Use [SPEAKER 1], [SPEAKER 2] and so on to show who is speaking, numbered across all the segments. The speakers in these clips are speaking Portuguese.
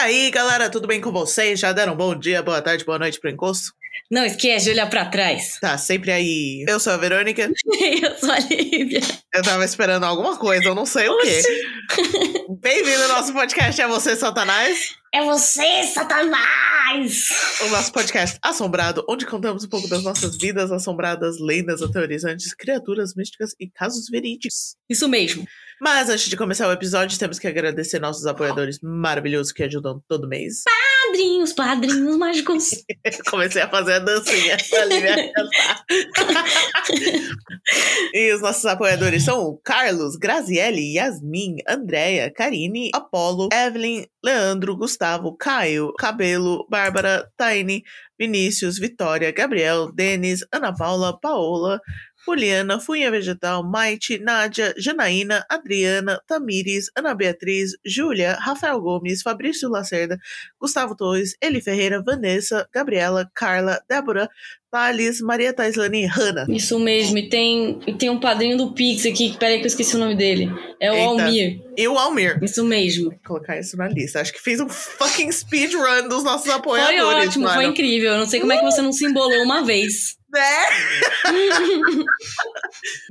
[SPEAKER 1] aí, galera, tudo bem com vocês? Já deram um bom dia, boa tarde, boa noite pro encosto?
[SPEAKER 2] Não esquece de olhar pra trás.
[SPEAKER 1] Tá sempre aí. Eu sou a Verônica.
[SPEAKER 2] Eu sou a Lívia.
[SPEAKER 1] Eu tava esperando alguma coisa, eu não sei o quê. Bem-vindo ao nosso podcast É Você, Satanás.
[SPEAKER 2] É você, Satanás!
[SPEAKER 1] O nosso podcast assombrado, onde contamos um pouco das nossas vidas assombradas, lendas aterrorizantes, criaturas místicas e casos verídicos.
[SPEAKER 2] Isso mesmo.
[SPEAKER 1] Mas antes de começar o episódio, temos que agradecer nossos apoiadores maravilhosos que ajudam todo mês.
[SPEAKER 2] Padrinhos, padrinhos mágicos.
[SPEAKER 1] Comecei a fazer a dancinha pra aliviar cantar. E os nossos apoiadores são o Carlos, Graziele, Yasmin, Andréia, Karine, Apolo, Evelyn, Leandro, Gustavo, Caio, Cabelo, Bárbara, Taine, Vinícius, Vitória, Gabriel, Denis, Ana Paula, Paola, Poliana, Funha Vegetal, Maite, Nádia, Janaína, Adriana, Tamires, Ana Beatriz, Júlia, Rafael Gomes, Fabrício Lacerda, Gustavo Torres, Eli Ferreira, Vanessa, Gabriela, Carla, Débora, Thales, Maria Taislane e Hanna.
[SPEAKER 2] Isso mesmo. E tem, e tem um padrinho do Pix aqui, que- peraí que eu esqueci o nome dele. É o
[SPEAKER 1] Eita.
[SPEAKER 2] Almir.
[SPEAKER 1] E o Almir.
[SPEAKER 2] Isso mesmo.
[SPEAKER 1] Vou colocar isso na lista. Acho que fez um fucking speedrun dos nossos
[SPEAKER 2] Foi
[SPEAKER 1] apoiadores,
[SPEAKER 2] ótimo,
[SPEAKER 1] mano.
[SPEAKER 2] foi incrível. Eu não sei como é que você não se embolou uma vez.
[SPEAKER 1] Né?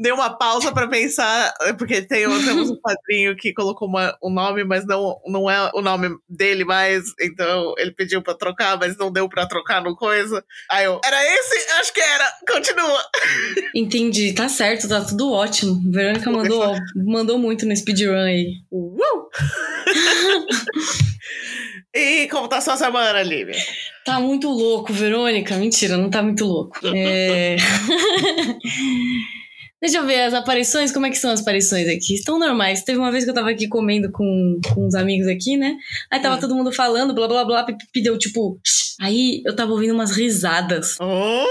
[SPEAKER 1] Deu Né? uma pausa pra pensar, porque tem, temos um padrinho que colocou uma- um nome, mas não, não é o nome dele mais. Então ele pediu pra trocar, mas não deu pra trocar no coisa. Aí eu, era esse? Acho que era. Continua.
[SPEAKER 2] Entendi, tá certo, tá tudo ótimo. Verônica mandou, mandou muito no speedrun aí.
[SPEAKER 1] Uau! e como tá sua semana, Lívia?
[SPEAKER 2] Tá muito louco, Verônica. Mentira, não tá muito louco. É... Deixa eu ver as aparições, como é que são as aparições aqui? Estão normais. Teve uma vez que eu tava aqui comendo com, com uns amigos aqui, né? Aí tava
[SPEAKER 1] Hum.
[SPEAKER 2] todo mundo falando, blá blá blá, pipi, deu tipo. "Shh". Aí eu tava ouvindo umas risadas.
[SPEAKER 1] Oh,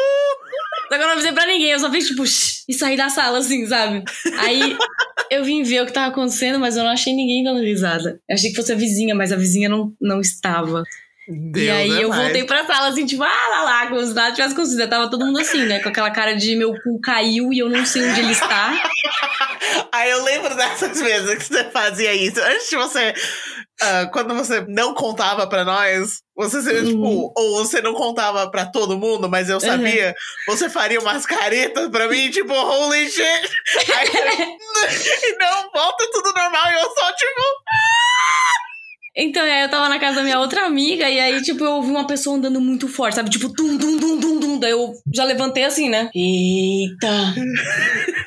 [SPEAKER 2] Só que eu não avisei pra ninguém, eu só fiz tipo. "Shh", E saí da sala, assim, sabe? Aí eu vim ver o que tava acontecendo, mas eu não achei ninguém dando risada. Eu achei que fosse a vizinha, mas a vizinha não, não estava
[SPEAKER 1] Deus
[SPEAKER 2] e aí
[SPEAKER 1] é
[SPEAKER 2] eu
[SPEAKER 1] mais.
[SPEAKER 2] voltei pra sala, assim, tipo, ah lá lá, como se nada tivesse acontecido. Tava todo mundo assim, né? Com aquela cara de meu cu caiu e eu não sei onde ele está.
[SPEAKER 1] Aí eu lembro dessas vezes que você fazia isso. Antes de você. ah, quando você não contava pra nós, você seria
[SPEAKER 2] Uhum.
[SPEAKER 1] tipo. Ou você não contava pra todo mundo, mas eu sabia. Você faria umas caretas pra mim, tipo, holy shit. Aí eu, "Hum, e não, volta tudo normal. E eu só, tipo.
[SPEAKER 2] Então, e aí eu tava na casa da minha outra amiga, e aí, tipo, eu ouvi uma pessoa andando muito forte, sabe? Tipo, tum, tum, tum, tum, tum. Daí eu já levantei assim, né? Eita!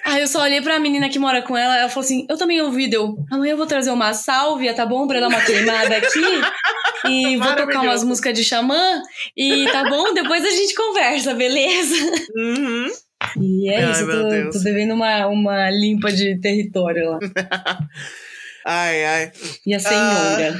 [SPEAKER 2] aí eu só olhei pra menina que mora com ela, ela falou assim: eu também ouvi, deu. Amanhã eu vou trazer uma sálvia, tá bom? Pra dar uma queimada aqui. E vou tocar
[SPEAKER 1] Maravilhoso.
[SPEAKER 2] umas músicas de xamã. E tá bom? Depois a gente conversa, beleza?
[SPEAKER 1] Uhum.
[SPEAKER 2] E é
[SPEAKER 1] Ai,
[SPEAKER 2] isso,
[SPEAKER 1] meu
[SPEAKER 2] tô,
[SPEAKER 1] Deus.
[SPEAKER 2] tô devendo uma, uma limpa de território lá.
[SPEAKER 1] Ai, ai.
[SPEAKER 2] E a senhora.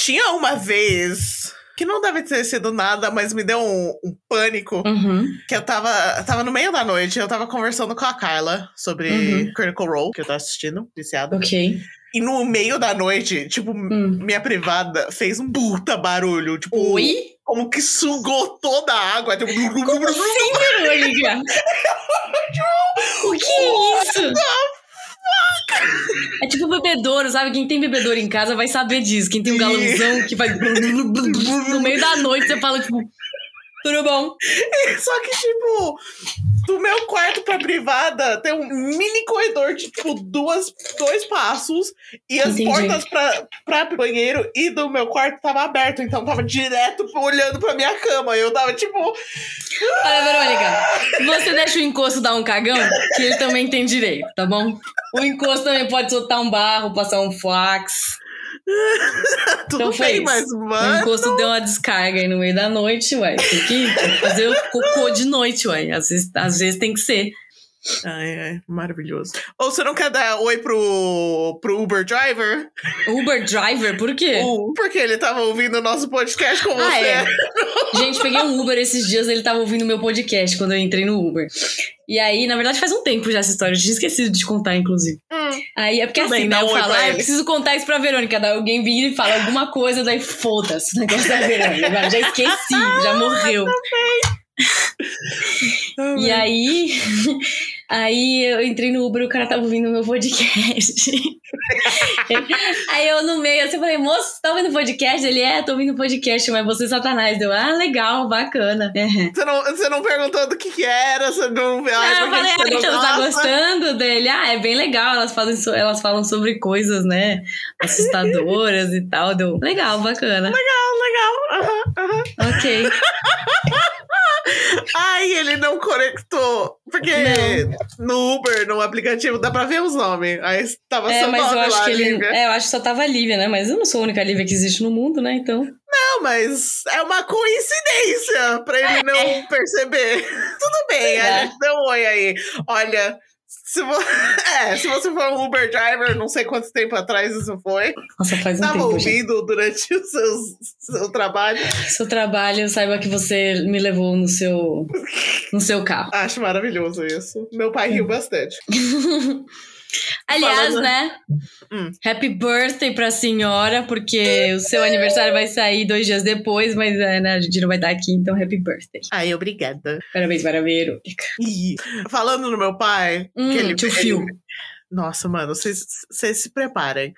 [SPEAKER 1] Tinha uma vez. Que não deve ter sido nada, mas me deu um- um pânico.
[SPEAKER 2] Uhum.
[SPEAKER 1] Que eu tava, eu tava no meio da noite, eu tava conversando com a Carla sobre
[SPEAKER 2] Uhum.
[SPEAKER 1] Critical Role, que eu tava assistindo, viciada.
[SPEAKER 2] Ok.
[SPEAKER 1] E no meio da noite, tipo,
[SPEAKER 2] Hum.
[SPEAKER 1] minha privada fez um puta barulho, tipo,
[SPEAKER 2] Oi?
[SPEAKER 1] como que sugou toda a água. Tipo,
[SPEAKER 2] Sim, Verônica! o que é isso? É tipo bebedouro, sabe? Quem tem bebedouro em casa vai saber disso. Quem tem um galãozão que vai. No meio da noite você fala, tipo. Tudo bom?
[SPEAKER 1] Só que, tipo, do meu quarto pra privada tem um mini corredor de, tipo, duas, dois passos. E as
[SPEAKER 2] Entendi.
[SPEAKER 1] portas pra, pra banheiro e do meu quarto tava aberto. Então tava direto olhando pra minha cama. E eu tava, tipo.
[SPEAKER 2] Olha, Verônica, você deixa o encosto dar um cagão, que ele também tem direito, tá bom? O encosto também pode soltar um barro, passar um flax.
[SPEAKER 1] Tudo
[SPEAKER 2] Então foi
[SPEAKER 1] bem,
[SPEAKER 2] isso.
[SPEAKER 1] mas,
[SPEAKER 2] O
[SPEAKER 1] mano.
[SPEAKER 2] encosto deu uma descarga aí no meio da noite, uai. Tem que tem que fazer o cocô de noite, uai. Às vezes, às vezes tem que ser.
[SPEAKER 1] Então, Ai, ai, maravilhoso. Ou você não quer dar oi pro, pro Uber Driver?
[SPEAKER 2] Uber driver, por quê?
[SPEAKER 1] Ou- porque ele tava ouvindo o nosso podcast com
[SPEAKER 2] É. Ah,
[SPEAKER 1] você.
[SPEAKER 2] é. Gente, peguei um Uber esses dias, ele tava ouvindo meu podcast quando eu entrei no Uber. E aí, na verdade, faz um tempo já essa história, eu tinha esquecido de contar, inclusive.
[SPEAKER 1] Hum.
[SPEAKER 2] Aí é porque
[SPEAKER 1] Tudo
[SPEAKER 2] assim,
[SPEAKER 1] bem,
[SPEAKER 2] né?
[SPEAKER 1] dá
[SPEAKER 2] Eu
[SPEAKER 1] um oi
[SPEAKER 2] falo,
[SPEAKER 1] pra
[SPEAKER 2] ah, eu
[SPEAKER 1] ele."
[SPEAKER 2] preciso contar isso pra Verônica. Daí alguém vira e fala alguma coisa, daí foda-se o negócio da Verônica. Agora já esqueci, já morreu.
[SPEAKER 1] Ah,
[SPEAKER 2] E aí, aí eu entrei no Uber e o cara tava ouvindo meu podcast. Aí eu no meio, assim, eu falei, moço, você tá ouvindo podcast? Ele, é, tô ouvindo podcast, mas você é satanás. Deu, ah, legal, bacana.
[SPEAKER 1] Você não, você não perguntou do que que era, você não... Ah,
[SPEAKER 2] Aí eu
[SPEAKER 1] porque você
[SPEAKER 2] falei, ah,
[SPEAKER 1] não
[SPEAKER 2] então você tá
[SPEAKER 1] gosta?"
[SPEAKER 2] gostando dele? Ah, é bem legal, elas, fazem so- elas falam sobre coisas, né, assustadoras e tal. Deu, legal, bacana.
[SPEAKER 1] Ah, legal. Aham, aham.
[SPEAKER 2] Ok.
[SPEAKER 1] Ai, ele não conectou. Porque no Uber, no aplicativo, dá pra ver os nomes. Aí tava
[SPEAKER 2] É,
[SPEAKER 1] seu
[SPEAKER 2] mas
[SPEAKER 1] nome
[SPEAKER 2] eu acho
[SPEAKER 1] lá,
[SPEAKER 2] que ele.
[SPEAKER 1] Lívia.
[SPEAKER 2] É, eu acho que só tava a Lívia, né? Mas eu não sou a única Lívia que existe no mundo, né? Então.
[SPEAKER 1] Não, mas é uma coincidência pra ele
[SPEAKER 2] É.
[SPEAKER 1] não perceber. Tudo bem,
[SPEAKER 2] Será?
[SPEAKER 1] a gente deu um oi aí. Olha, se, vo- é, se você for um Uber driver, não sei quanto tempo atrás isso foi,
[SPEAKER 2] Nossa, faz um
[SPEAKER 1] estava
[SPEAKER 2] tempo. gente.
[SPEAKER 1] ouvindo durante o seu, seu trabalho.
[SPEAKER 2] Seu trabalho, saiba que você me levou no seu. no seu carro.
[SPEAKER 1] Acho maravilhoso isso. Meu pai
[SPEAKER 2] Hum.
[SPEAKER 1] riu bastante.
[SPEAKER 2] Aliás,
[SPEAKER 1] Falando-
[SPEAKER 2] né?
[SPEAKER 1] Hum.
[SPEAKER 2] Happy birthday pra senhora, porque o seu aniversário vai sair dois dias depois, mas é, né, a gente não vai estar aqui, então happy birthday.
[SPEAKER 1] Ai, obrigada.
[SPEAKER 2] Parabéns, parabeiro.
[SPEAKER 1] Ih, Falando no meu pai,
[SPEAKER 2] Hum,
[SPEAKER 1] que ele-
[SPEAKER 2] tio
[SPEAKER 1] ele-
[SPEAKER 2] Phil.
[SPEAKER 1] Nossa, mano, vocês vocês se preparem.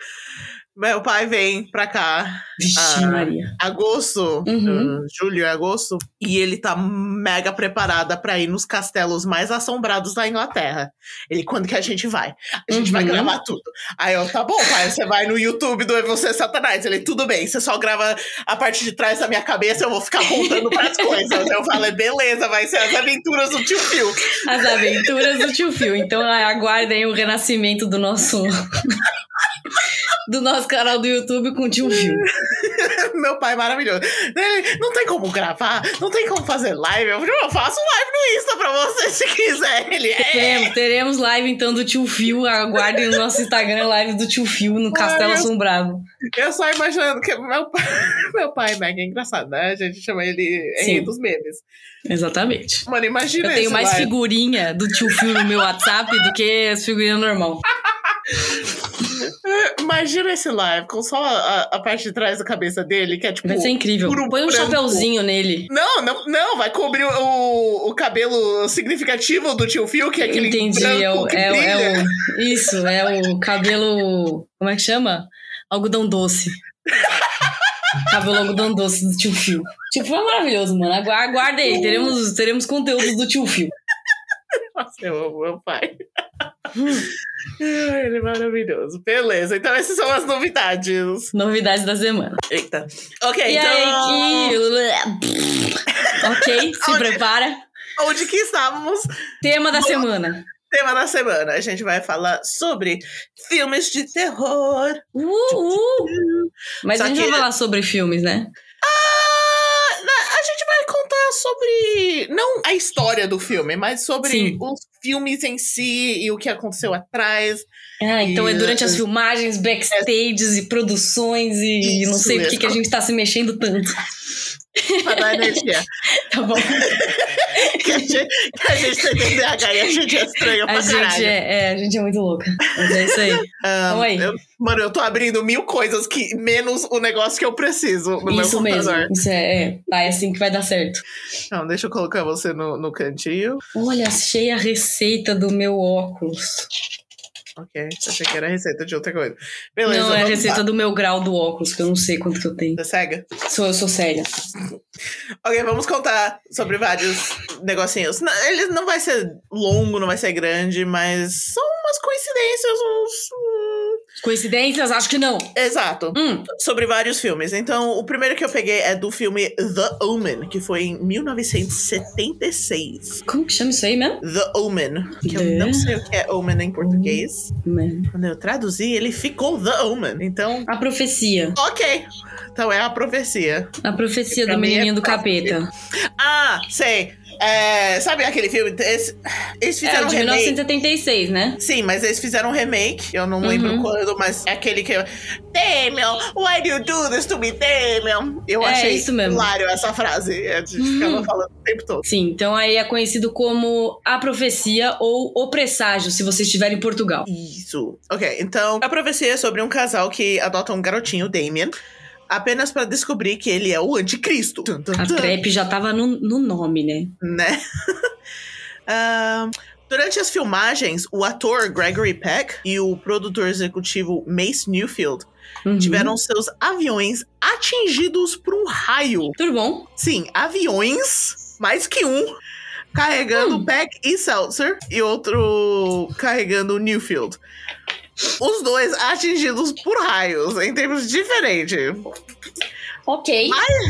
[SPEAKER 1] Meu pai vem pra cá
[SPEAKER 2] Vixe,
[SPEAKER 1] Ah.
[SPEAKER 2] Maria.
[SPEAKER 1] agosto,
[SPEAKER 2] Uhum.
[SPEAKER 1] uh, julho e agosto, e ele tá mega preparada pra ir nos castelos mais assombrados da Inglaterra. Ele, quando que a gente vai? A gente vai
[SPEAKER 2] Uhum.
[SPEAKER 1] gravar tudo. Aí eu, tá bom, pai, você vai no YouTube do Você é Satanás. Ele, tudo bem, você só grava a parte de trás da minha cabeça, eu vou ficar apontando pras coisas. Eu falei, beleza, vai ser as aventuras do tio Phil.
[SPEAKER 2] As aventuras do tio Phil. Então ah, aguardem o renascimento do nosso. do nosso canal do YouTube com o tio Phil.
[SPEAKER 1] Meu pai maravilhoso. Ele, não tem como gravar, não tem como fazer live. Eu, falei, eu faço live no Insta pra você se quiser. Ele, é,
[SPEAKER 2] Teremos, teremos live então do tio Phil. Aguardem o nosso Instagram live do tio Phil no Castelo
[SPEAKER 1] meu-
[SPEAKER 2] Assombrado.
[SPEAKER 1] Eu só imaginando que meu pai, meu pai é mega engraçado, né? A gente chama ele
[SPEAKER 2] Sim.
[SPEAKER 1] rei dos memes.
[SPEAKER 2] Exatamente.
[SPEAKER 1] Mano, imagina
[SPEAKER 2] Eu tenho
[SPEAKER 1] esse
[SPEAKER 2] mais
[SPEAKER 1] live.
[SPEAKER 2] figurinha do tio Phil no meu WhatsApp do que as figurinhas normal.
[SPEAKER 1] Imagina esse live com só a, a parte de trás da cabeça dele, que é tipo.
[SPEAKER 2] Vai ser incrível.
[SPEAKER 1] puro
[SPEAKER 2] Põe um
[SPEAKER 1] branco.
[SPEAKER 2] chapeuzinho nele.
[SPEAKER 1] Não, não, não, vai cobrir o, o cabelo significativo do tio Phil, que é aquele
[SPEAKER 2] Entendi.
[SPEAKER 1] branco
[SPEAKER 2] É o,
[SPEAKER 1] que
[SPEAKER 2] é, o-
[SPEAKER 1] brilha.
[SPEAKER 2] é o. Isso, é o cabelo. Como é que chama? Algodão doce. Cabelo algodão doce do tio Fio. Tio Fio é maravilhoso, mano. Agu- Aguarda aí. Teremos, teremos conteúdos do tio Fio.
[SPEAKER 1] Nossa, eu amo meu pai.
[SPEAKER 2] Hum.
[SPEAKER 1] Ele é maravilhoso. Beleza, então essas são as novidades.
[SPEAKER 2] Novidades da semana.
[SPEAKER 1] Eita. Ok,
[SPEAKER 2] E
[SPEAKER 1] então.
[SPEAKER 2] aí, que. ok, se prepara.
[SPEAKER 1] Onde que estávamos?
[SPEAKER 2] Tema
[SPEAKER 1] Uh!
[SPEAKER 2] da semana.
[SPEAKER 1] Tema da semana, a gente vai falar sobre filmes de terror.
[SPEAKER 2] Uh, uh. Mas
[SPEAKER 1] Só
[SPEAKER 2] a gente
[SPEAKER 1] que-
[SPEAKER 2] vai falar sobre filmes, né?
[SPEAKER 1] Ah, na- a gente vai contar sobre. Não a história do filme, mas sobre
[SPEAKER 2] Sim.
[SPEAKER 1] os filmes em si e o que aconteceu atrás.
[SPEAKER 2] Ah, então é
[SPEAKER 1] E-
[SPEAKER 2] durante as filmagens, backstages e produções e não
[SPEAKER 1] Isso
[SPEAKER 2] sei por que
[SPEAKER 1] mesmo.
[SPEAKER 2] que a gente tá se mexendo tanto.
[SPEAKER 1] Pra dar energia.
[SPEAKER 2] Tá bom?
[SPEAKER 1] que, a gente, que a gente tem TDAH e a gente é estranho pra
[SPEAKER 2] A gente
[SPEAKER 1] caralho.
[SPEAKER 2] é, é, a gente é muito louca. Mas é isso aí.
[SPEAKER 1] Ah,
[SPEAKER 2] Oi.
[SPEAKER 1] eu- mano, eu tô abrindo mil coisas que menos o negócio que eu preciso no meu
[SPEAKER 2] isso mesmo.
[SPEAKER 1] computador.
[SPEAKER 2] Isso é, é. Tá, é assim que vai dar certo.
[SPEAKER 1] Não, deixa eu colocar você no, no cantinho.
[SPEAKER 2] Olha, achei a receita do meu óculos.
[SPEAKER 1] Ok, achei que era a receita de outra coisa. Beleza,
[SPEAKER 2] não, é a
[SPEAKER 1] vamos
[SPEAKER 2] receita
[SPEAKER 1] lá.
[SPEAKER 2] do meu grau do óculos, que eu não sei quanto que eu tenho.
[SPEAKER 1] Você cega?
[SPEAKER 2] Sou, eu sou séria.
[SPEAKER 1] Ok, vamos contar sobre vários negocinhos. Não, Ele não vai ser longo, não vai ser grande, mas são umas coincidências, uns. hum,
[SPEAKER 2] Coincidências? Acho que não.
[SPEAKER 1] Exato.
[SPEAKER 2] Hum,
[SPEAKER 1] Sobre vários filmes. Então, o primeiro que eu peguei é do filme The Omen, que foi em 1976.
[SPEAKER 2] como que chama isso aí mesmo?
[SPEAKER 1] The Omen. Que eu
[SPEAKER 2] The-
[SPEAKER 1] não sei o que é Omen em português.
[SPEAKER 2] Man.
[SPEAKER 1] Quando eu traduzi, ele ficou The Omen. Então.
[SPEAKER 2] A profecia.
[SPEAKER 1] Ok. Então é a profecia.
[SPEAKER 2] A profecia
[SPEAKER 1] Pra
[SPEAKER 2] do
[SPEAKER 1] mim é
[SPEAKER 2] menininho do
[SPEAKER 1] fácil.
[SPEAKER 2] capeta.
[SPEAKER 1] Ah, sei. É, sabe aquele filme? Esse- eles
[SPEAKER 2] É,
[SPEAKER 1] fizeram
[SPEAKER 2] o
[SPEAKER 1] um
[SPEAKER 2] de
[SPEAKER 1] remake.
[SPEAKER 2] 1976, né?
[SPEAKER 1] Sim, mas eles fizeram um remake. Eu não lembro
[SPEAKER 2] Uhum.
[SPEAKER 1] quando, mas é aquele que. eu- Damien, why do you do this to me, Damien? Eu
[SPEAKER 2] É,
[SPEAKER 1] achei
[SPEAKER 2] isso mesmo.
[SPEAKER 1] hilário essa frase. A gente ficava
[SPEAKER 2] Uhum.
[SPEAKER 1] falando o tempo todo.
[SPEAKER 2] Sim, então aí é conhecido como a profecia ou o presságio, se você estiver em Portugal.
[SPEAKER 1] Isso. Ok, então a profecia é sobre um casal que adota um garotinho, Damien, apenas pra descobrir que ele é o anticristo.
[SPEAKER 2] Então,
[SPEAKER 1] Tum, tum,
[SPEAKER 2] A
[SPEAKER 1] tum.
[SPEAKER 2] né? trap já tava no, no nome, né?
[SPEAKER 1] né? Ahn, Durante as filmagens, o ator Gregory Peck e o produtor executivo Mace Newfield
[SPEAKER 2] Uhum.
[SPEAKER 1] tiveram seus aviões atingidos por um raio.
[SPEAKER 2] Tudo bom?
[SPEAKER 1] Sim, aviões, mais que um, carregando
[SPEAKER 2] Hum.
[SPEAKER 1] Peck e Seltzer e outro carregando Newfield. Os dois atingidos por raios, em termos diferentes.
[SPEAKER 2] Ok.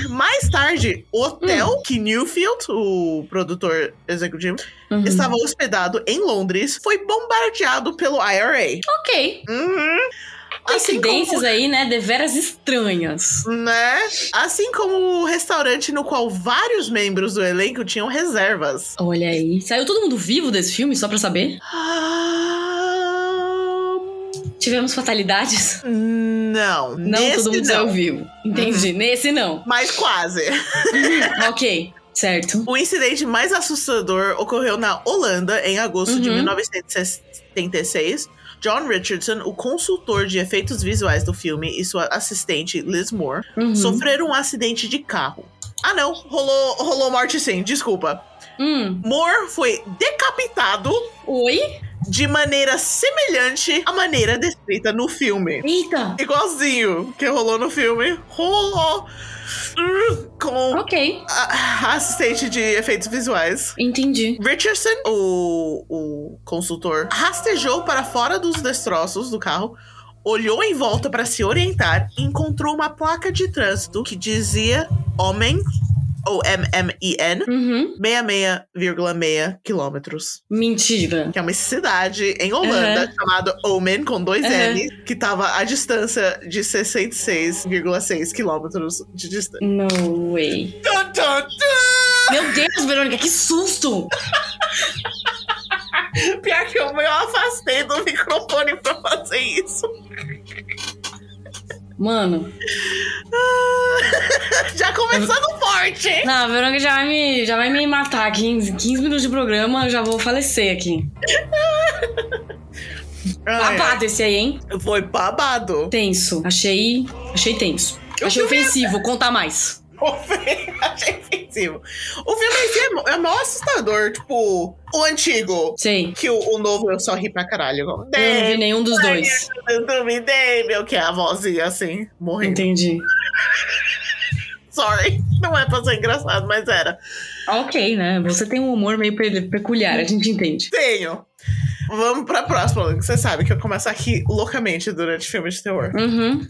[SPEAKER 1] Mais tarde, o hotel
[SPEAKER 2] Hum.
[SPEAKER 1] que Newfield, o produtor executivo,
[SPEAKER 2] Uhum.
[SPEAKER 1] estava hospedado em Londres, foi bombardeado pelo IRA.
[SPEAKER 2] Ok.
[SPEAKER 1] Uhum. Assim como,
[SPEAKER 2] Coincidências aí, né? Deveras estranhas.
[SPEAKER 1] né? Assim como o restaurante no qual vários membros do elenco tinham reservas.
[SPEAKER 2] Olha aí. Saiu todo mundo vivo desse filme, só pra saber?
[SPEAKER 1] Ah,
[SPEAKER 2] Tivemos fatalidades?
[SPEAKER 1] Não,
[SPEAKER 2] Não, Uhum.
[SPEAKER 1] nesse
[SPEAKER 2] todo mundo
[SPEAKER 1] não,
[SPEAKER 2] saiu vivo. Entendi. Nesse não.
[SPEAKER 1] mas quase.
[SPEAKER 2] Uhum, ok. Certo.
[SPEAKER 1] O incidente mais assustador ocorreu na Holanda em agosto de
[SPEAKER 2] Uhum.
[SPEAKER 1] 1976. John Richardson, o consultor de efeitos visuais do filme, e sua assistente Liz Moore
[SPEAKER 2] Uhum.
[SPEAKER 1] sofreram um acidente de carro. Ah, não, rolou, rolou morte sim, desculpa.
[SPEAKER 2] Hum.
[SPEAKER 1] Moore foi decapitado
[SPEAKER 2] Oi?
[SPEAKER 1] de maneira semelhante à maneira descrita no filme.
[SPEAKER 2] Eita.
[SPEAKER 1] Igualzinho que rolou no filme, rolou uh, com
[SPEAKER 2] Ok.
[SPEAKER 1] a a assistente de efeitos visuais.
[SPEAKER 2] Entendi.
[SPEAKER 1] Richardson, o, o consultor, rastejou para fora dos destroços do carro, olhou em volta para se orientar e encontrou uma placa de trânsito que dizia homem, ou M-M-E-N,
[SPEAKER 2] Uhum.
[SPEAKER 1] 66,6 quilômetros.
[SPEAKER 2] Mentira.
[SPEAKER 1] Que é uma cidade em Holanda chamada Omen, com dois
[SPEAKER 2] Uhum.
[SPEAKER 1] N, que estava a distância de 66,6 quilômetros de distância.
[SPEAKER 2] No way.
[SPEAKER 1] Tum, tum,
[SPEAKER 2] Meu Deus, Verônica, que susto!
[SPEAKER 1] tum. Pior que eu, eu afastei do microfone pra fazer isso.
[SPEAKER 2] Mano.
[SPEAKER 1] Já começando forte!
[SPEAKER 2] Não, a Verônica já vai me, já vai me matar. 15, 15 minutos de programa, eu já vou falecer aqui. Babado esse aí, hein?
[SPEAKER 1] Foi babado.
[SPEAKER 2] Tenso. Achei. Achei tenso.
[SPEAKER 1] Eu
[SPEAKER 2] Achei
[SPEAKER 1] fui
[SPEAKER 2] ofensivo, conta mais.
[SPEAKER 1] O filme- Achei ofensivo. O filme em si é, mo- é mó assustador. Tipo, o antigo.
[SPEAKER 2] Sei.
[SPEAKER 1] Que o, o novo eu só ri pra caralho.
[SPEAKER 2] Eu não vi
[SPEAKER 1] David,
[SPEAKER 2] nenhum dos dois.
[SPEAKER 1] me David, que é a vozinha assim, morrendo.
[SPEAKER 2] Entendi.
[SPEAKER 1] Sorry, não é pra ser engraçado, mas era.
[SPEAKER 2] Ok, né? Você tem um humor meio pe- peculiar, a gente entende.
[SPEAKER 1] Tenho. Vamos pra próxima, que você sabe que eu começo a rir loucamente durante filmes de terror.
[SPEAKER 2] Uhum.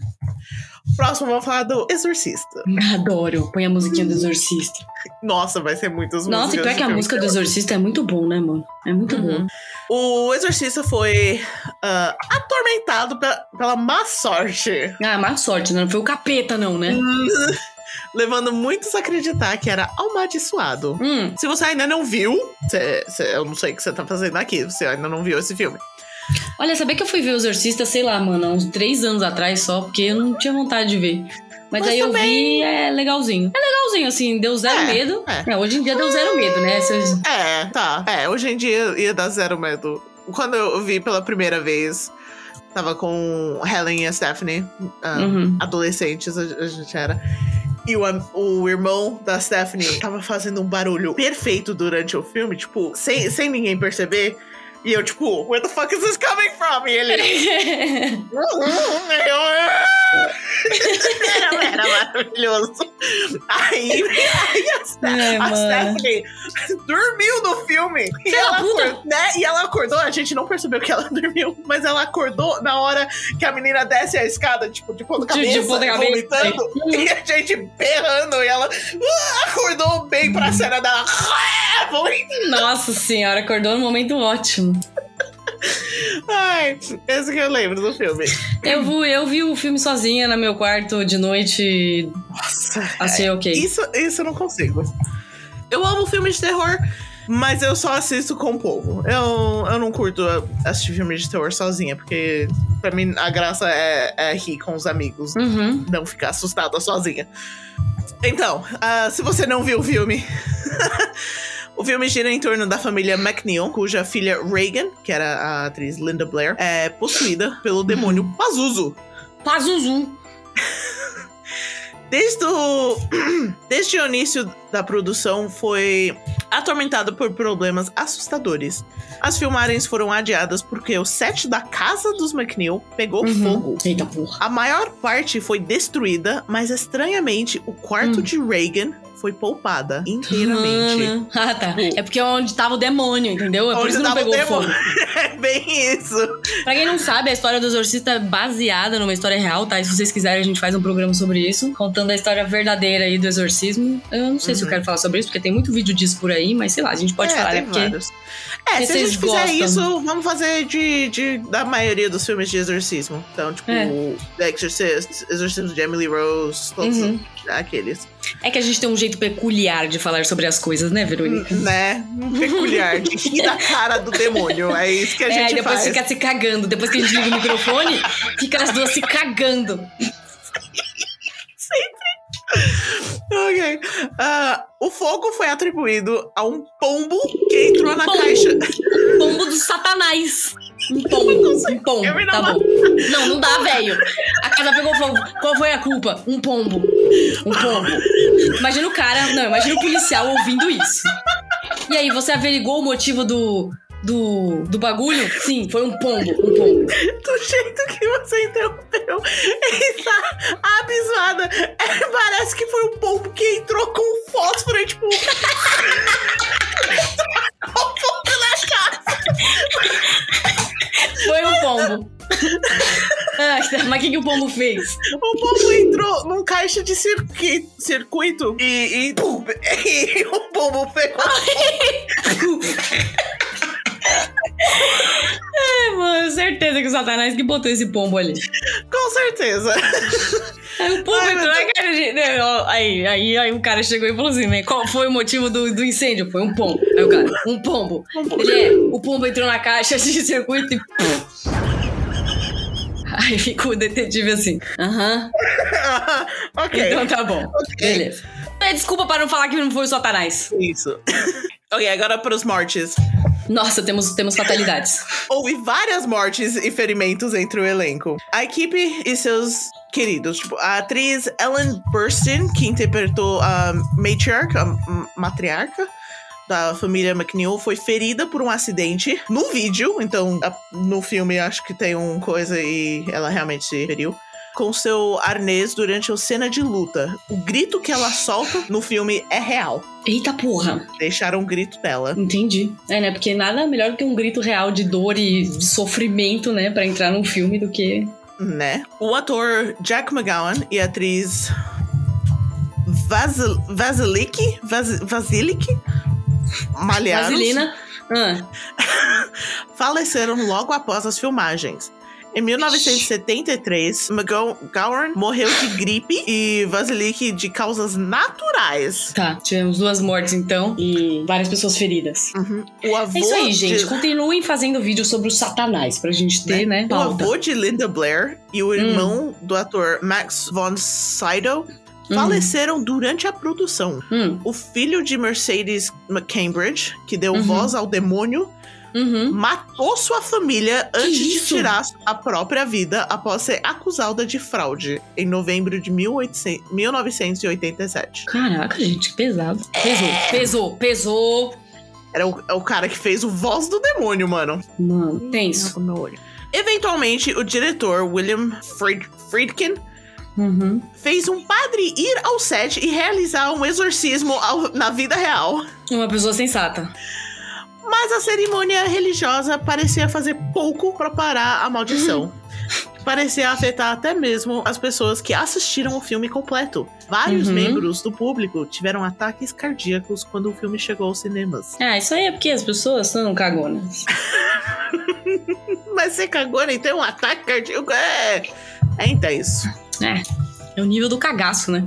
[SPEAKER 1] Próximo, vamos falar do Exorcista.
[SPEAKER 2] Adoro. Põe a musiquinha do Exorcista.
[SPEAKER 1] Nossa, vai ser muitas
[SPEAKER 2] Nossa, e
[SPEAKER 1] músicas.
[SPEAKER 2] pior
[SPEAKER 1] de
[SPEAKER 2] que a
[SPEAKER 1] filme
[SPEAKER 2] música
[SPEAKER 1] de
[SPEAKER 2] do Exorcista é muito bom, né, mano? É muito
[SPEAKER 1] Uhum.
[SPEAKER 2] boa.
[SPEAKER 1] O exorcista foi ah, atormentado pe- pela má sorte,
[SPEAKER 2] Ah, má sorte, né? Não foi o capeta, não, né?
[SPEAKER 1] levando muitos a acreditar que era amaldiçoado.
[SPEAKER 2] Hum.
[SPEAKER 1] Se você ainda não viu, cê- cê- eu não sei o que você tá fazendo aqui, você ainda não viu esse filme.
[SPEAKER 2] Olha, sabia que eu fui ver o Exorcista, sei lá, mano, há uns três anos atrás só, porque eu não tinha vontade de ver. Mas,
[SPEAKER 1] Mas
[SPEAKER 2] aí eu
[SPEAKER 1] também-
[SPEAKER 2] vi, é legalzinho. É legalzinho, assim, deu zero
[SPEAKER 1] É,
[SPEAKER 2] medo.
[SPEAKER 1] é.
[SPEAKER 2] É. hoje em dia deu zero medo, né? Vocês-
[SPEAKER 1] É, tá. É, hoje em dia ia dar zero medo. Quando eu vi pela primeira vez, tava com Helen e a Stephanie, ah,
[SPEAKER 2] Uhum.
[SPEAKER 1] adolescentes a, a gente era. E o, am- o irmão da Stephanie tava fazendo um barulho perfeito durante o filme, tipo, sem, sem ninguém perceber. E eu, tipo, where the fuck is this coming from? E ele. era, era maravilhoso. Aí, aí a, Ste-
[SPEAKER 2] Ai,
[SPEAKER 1] a
[SPEAKER 2] mano.
[SPEAKER 1] Stephanie
[SPEAKER 2] assim.
[SPEAKER 1] dormiu no filme. E ela,
[SPEAKER 2] puta.
[SPEAKER 1] acordou, né? e ela acordou, a gente não percebeu que ela dormiu, mas ela acordou na hora que a menina desce a escada, tipo, de ponta
[SPEAKER 2] De- de
[SPEAKER 1] cabeça,
[SPEAKER 2] ponta cabeça.
[SPEAKER 1] vomitando. E a gente berrando, e ela ah, acordou bem pra cena dela. Ah, vomitando.
[SPEAKER 2] Nossa senhora, acordou num momento ótimo.
[SPEAKER 1] Ai, esse que eu lembro do filme.
[SPEAKER 2] Eu, vou, eu vi o filme sozinha no meu quarto de noite,
[SPEAKER 1] Nossa,
[SPEAKER 2] achei ok.
[SPEAKER 1] É, Isso, isso eu não consigo. Eu amo filmes de terror, mas eu só assisto com o povo. Eu, eu não curto assistir filmes de terror sozinha, porque pra mim a graça é, é rir com os amigos,
[SPEAKER 2] Uhum.
[SPEAKER 1] não ficar assustada sozinha. Então, ah, se você não viu o filme. O filme gira em torno da família McNeil, cuja filha Reagan, que era a atriz Linda Blair, é possuída pelo demônio Pazuzu, tá
[SPEAKER 2] Pazuzu.
[SPEAKER 1] Desde o, desde o início da produção foi atormentado por problemas assustadores. As filmagens foram adiadas porque o set da casa dos McNeil pegou
[SPEAKER 2] Uhum.
[SPEAKER 1] fogo.
[SPEAKER 2] Eita porra.
[SPEAKER 1] A maior parte foi destruída, mas estranhamente o quarto
[SPEAKER 2] Hum.
[SPEAKER 1] de Reagan foi poupada inteiramente.
[SPEAKER 2] Mano. Ah, tá. É porque é onde tava o demônio, entendeu? É por
[SPEAKER 1] Onde
[SPEAKER 2] isso que não
[SPEAKER 1] tava o
[SPEAKER 2] pegou fogo.
[SPEAKER 1] demônio. É bem isso.
[SPEAKER 2] Pra quem não sabe, a história do Exorcista é baseada numa história real, tá? E se vocês quiserem, a gente faz um programa sobre isso, contando a história verdadeira aí do exorcismo. Eu não sei se eu
[SPEAKER 1] Uhum.
[SPEAKER 2] quero falar sobre isso, porque tem muito vídeo disso por aí, mas sei lá, a gente pode
[SPEAKER 1] É,
[SPEAKER 2] falar, né?
[SPEAKER 1] tem
[SPEAKER 2] Porque
[SPEAKER 1] vários. É,
[SPEAKER 2] porque
[SPEAKER 1] se a gente
[SPEAKER 2] vocês
[SPEAKER 1] fizer
[SPEAKER 2] gostam.
[SPEAKER 1] isso, vamos fazer de, de- da maioria dos filmes de exorcismo. Então, tipo,
[SPEAKER 2] É.
[SPEAKER 1] The Exorcist, Exorcismo de Emily Rose, todos
[SPEAKER 2] Uhum.
[SPEAKER 1] aqueles.
[SPEAKER 2] é que a gente tem um jeito peculiar de falar sobre as coisas, né, Verônica?
[SPEAKER 1] Né? Peculiar. De rir da cara do demônio. É isso que a
[SPEAKER 2] é,
[SPEAKER 1] gente
[SPEAKER 2] e depois
[SPEAKER 1] faz.
[SPEAKER 2] fica se cagando. Depois que a gente liga o microfone, fica as duas se cagando.
[SPEAKER 1] Ok. Ah, o fogo foi atribuído a um pombo que entrou na
[SPEAKER 2] Pombo.
[SPEAKER 1] caixa.
[SPEAKER 2] Pombo do satanás. Um pombo, um
[SPEAKER 1] Eu me um não
[SPEAKER 2] pombo, tá bom. Não, não dá, velho. A casa pegou fogo. Qual foi a culpa? Um pombo. Um pombo. Imagina o cara, não, imagina o policial ouvindo isso. E aí, você averigou o motivo do, do, do bagulho? Sim, foi um pombo, um pombo.
[SPEAKER 1] Do jeito que você interrompeu, ele tá abismada. É, parece que foi um pombo que entrou com fósforo e tipo. o pombo na cara.
[SPEAKER 2] Foi um pombo. Ai, mas o que, que o pombo fez?
[SPEAKER 1] O pombo entrou num caixa de circuito, circuito e, e, pum, e o pombo pegou.
[SPEAKER 2] Ai, mano, certeza que o satanás que botou esse pombo ali.
[SPEAKER 1] Com certeza.
[SPEAKER 2] Aí o povo
[SPEAKER 1] Ai,
[SPEAKER 2] entrou
[SPEAKER 1] meu
[SPEAKER 2] na cara de. né, ó, Aí, aí, aí o cara chegou e falou assim, né? Qual foi o motivo do, do incêndio? Foi um pombo. Aí o cara, um pombo. Ele é, o pombo entrou na caixa de circuito e. Aí ficou o detetive assim. Aham.
[SPEAKER 1] ok.
[SPEAKER 2] Então tá bom. Beleza. É, desculpa para não falar que não foi o Satanás.
[SPEAKER 1] Isso. ok, agora para os mortes.
[SPEAKER 2] Nossa, temos, temos fatalidades.
[SPEAKER 1] Houve várias mortes e ferimentos entre o elenco. A equipe e seus queridos, tipo, a atriz Ellen Burstyn, que interpretou a matriarca, a m- matriarca da família McNeil, foi ferida por um acidente no vídeo. Então, a- no filme, acho que tem um coisa e ela realmente se feriu. Com seu arnês durante a cena de luta. O grito que ela solta no filme é real.
[SPEAKER 2] Eita porra.
[SPEAKER 1] Deixaram o grito dela.
[SPEAKER 2] Entendi. É, né? Porque nada melhor do que um grito real de dor e de sofrimento, né? Pra entrar num filme do que.
[SPEAKER 1] né? O ator Jack McGowan e a atriz Vasil Vasiliki, Vas Vasiliki Malharos
[SPEAKER 2] Vaselina. Ah.
[SPEAKER 1] faleceram logo após as filmagens. Em 1973, McGowan morreu de gripe e Vasiliki de causas naturais.
[SPEAKER 2] Tá, tivemos duas mortes então e várias pessoas feridas.
[SPEAKER 1] Uhum. O avô
[SPEAKER 2] É isso aí, gente.
[SPEAKER 1] de-
[SPEAKER 2] Continuem fazendo vídeo sobre o satanás pra gente ter, né?
[SPEAKER 1] O
[SPEAKER 2] pauta.
[SPEAKER 1] avô de Linda Blair e o irmão do ator Max von Sydow
[SPEAKER 2] Hum.
[SPEAKER 1] faleceram durante a produção.
[SPEAKER 2] Hum,
[SPEAKER 1] o filho de Mercedes McCambridge, que deu
[SPEAKER 2] Uhum.
[SPEAKER 1] voz ao demônio,
[SPEAKER 2] uhum.
[SPEAKER 1] matou sua família antes de
[SPEAKER 2] isso?
[SPEAKER 1] tirar a própria vida após ser acusada de fraude em novembro de 1800 1987.
[SPEAKER 2] Caraca, gente, que pesado. Pesou, pesou, pesou.
[SPEAKER 1] Era o, é o cara que fez o voz do demônio, mano.
[SPEAKER 2] Mano, tenso.
[SPEAKER 1] Com meu olho. Eventualmente, o diretor William Fried- Friedkin
[SPEAKER 2] Uhum.
[SPEAKER 1] fez um padre ir ao set e realizar um exorcismo ao- na vida real.
[SPEAKER 2] Uma pessoa sensata.
[SPEAKER 1] Mas a cerimônia religiosa parecia fazer pouco para parar a maldição. Parecia afetar até mesmo as pessoas que assistiram o filme completo. Vários
[SPEAKER 2] Uhum.
[SPEAKER 1] membros do público tiveram ataques cardíacos quando o filme chegou aos cinemas.
[SPEAKER 2] Ah, isso aí é porque as pessoas são cagonas.
[SPEAKER 1] Mas você cagou nem tem um ataque cardíaco? É, é intenso.
[SPEAKER 2] É o nível do cagaço, né?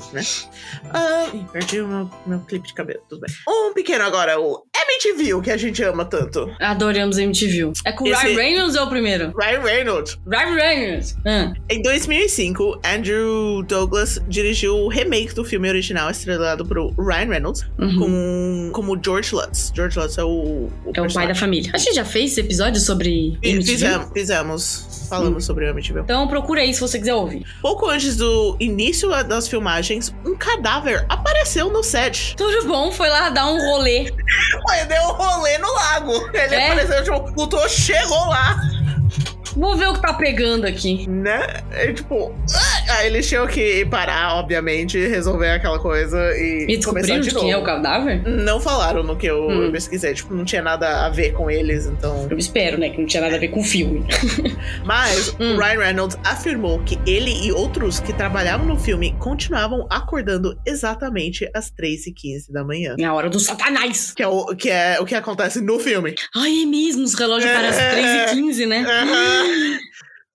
[SPEAKER 1] Ah, ih, perdi o meu, meu clipe de cabelo, tudo bem. Um pequeno agora, o MTV, que a gente ama tanto.
[SPEAKER 2] Adoramos MTV. É com o
[SPEAKER 1] Esse-
[SPEAKER 2] Ryan Reynolds ou é o primeiro?
[SPEAKER 1] Ryan Reynolds.
[SPEAKER 2] Ryan Reynolds. Ah.
[SPEAKER 1] Em 2005, Andrew Douglas dirigiu o remake do filme original estrelado por Ryan Reynolds
[SPEAKER 2] Uhum.
[SPEAKER 1] com, como George Lutz. George Lutz é o, o
[SPEAKER 2] É o pai da família. A gente já fez esse episódio sobre
[SPEAKER 1] Fi-
[SPEAKER 2] MTV? Hum.
[SPEAKER 1] Fizemos, fizemos, falamos sobre o MTV.
[SPEAKER 2] Então procura aí se você quiser ouvir.
[SPEAKER 1] Pouco antes do in- início das filmagens, um cadáver apareceu no set.
[SPEAKER 2] Tudo bom, foi lá dar um rolê.
[SPEAKER 1] Ele deu um rolê no lago. Ele
[SPEAKER 2] É?
[SPEAKER 1] apareceu, tipo, o Tô chegou lá,
[SPEAKER 2] Vou ver o que tá pegando aqui.
[SPEAKER 1] né? E, tipo, ah! aí eles tinham que parar, obviamente, resolver aquela coisa e,
[SPEAKER 2] E
[SPEAKER 1] começar
[SPEAKER 2] descobriram
[SPEAKER 1] de
[SPEAKER 2] de quem é o
[SPEAKER 1] novo.
[SPEAKER 2] cadáver?
[SPEAKER 1] Não falaram no que eu
[SPEAKER 2] Hum.
[SPEAKER 1] pesquisei, tipo, não tinha nada a ver com eles, então.
[SPEAKER 2] Eu espero, né? Que não tinha nada a ver com o filme.
[SPEAKER 1] Mas
[SPEAKER 2] Hum.
[SPEAKER 1] o Ryan Reynolds afirmou que ele e outros que trabalhavam no filme continuavam acordando exatamente às 3h15 da manhã.
[SPEAKER 2] Na hora do satanás.
[SPEAKER 1] Que é o que, é o que acontece no filme.
[SPEAKER 2] Ai, é mesmo, os relógios
[SPEAKER 1] É.
[SPEAKER 2] parecem 3h15, né?
[SPEAKER 1] Aham.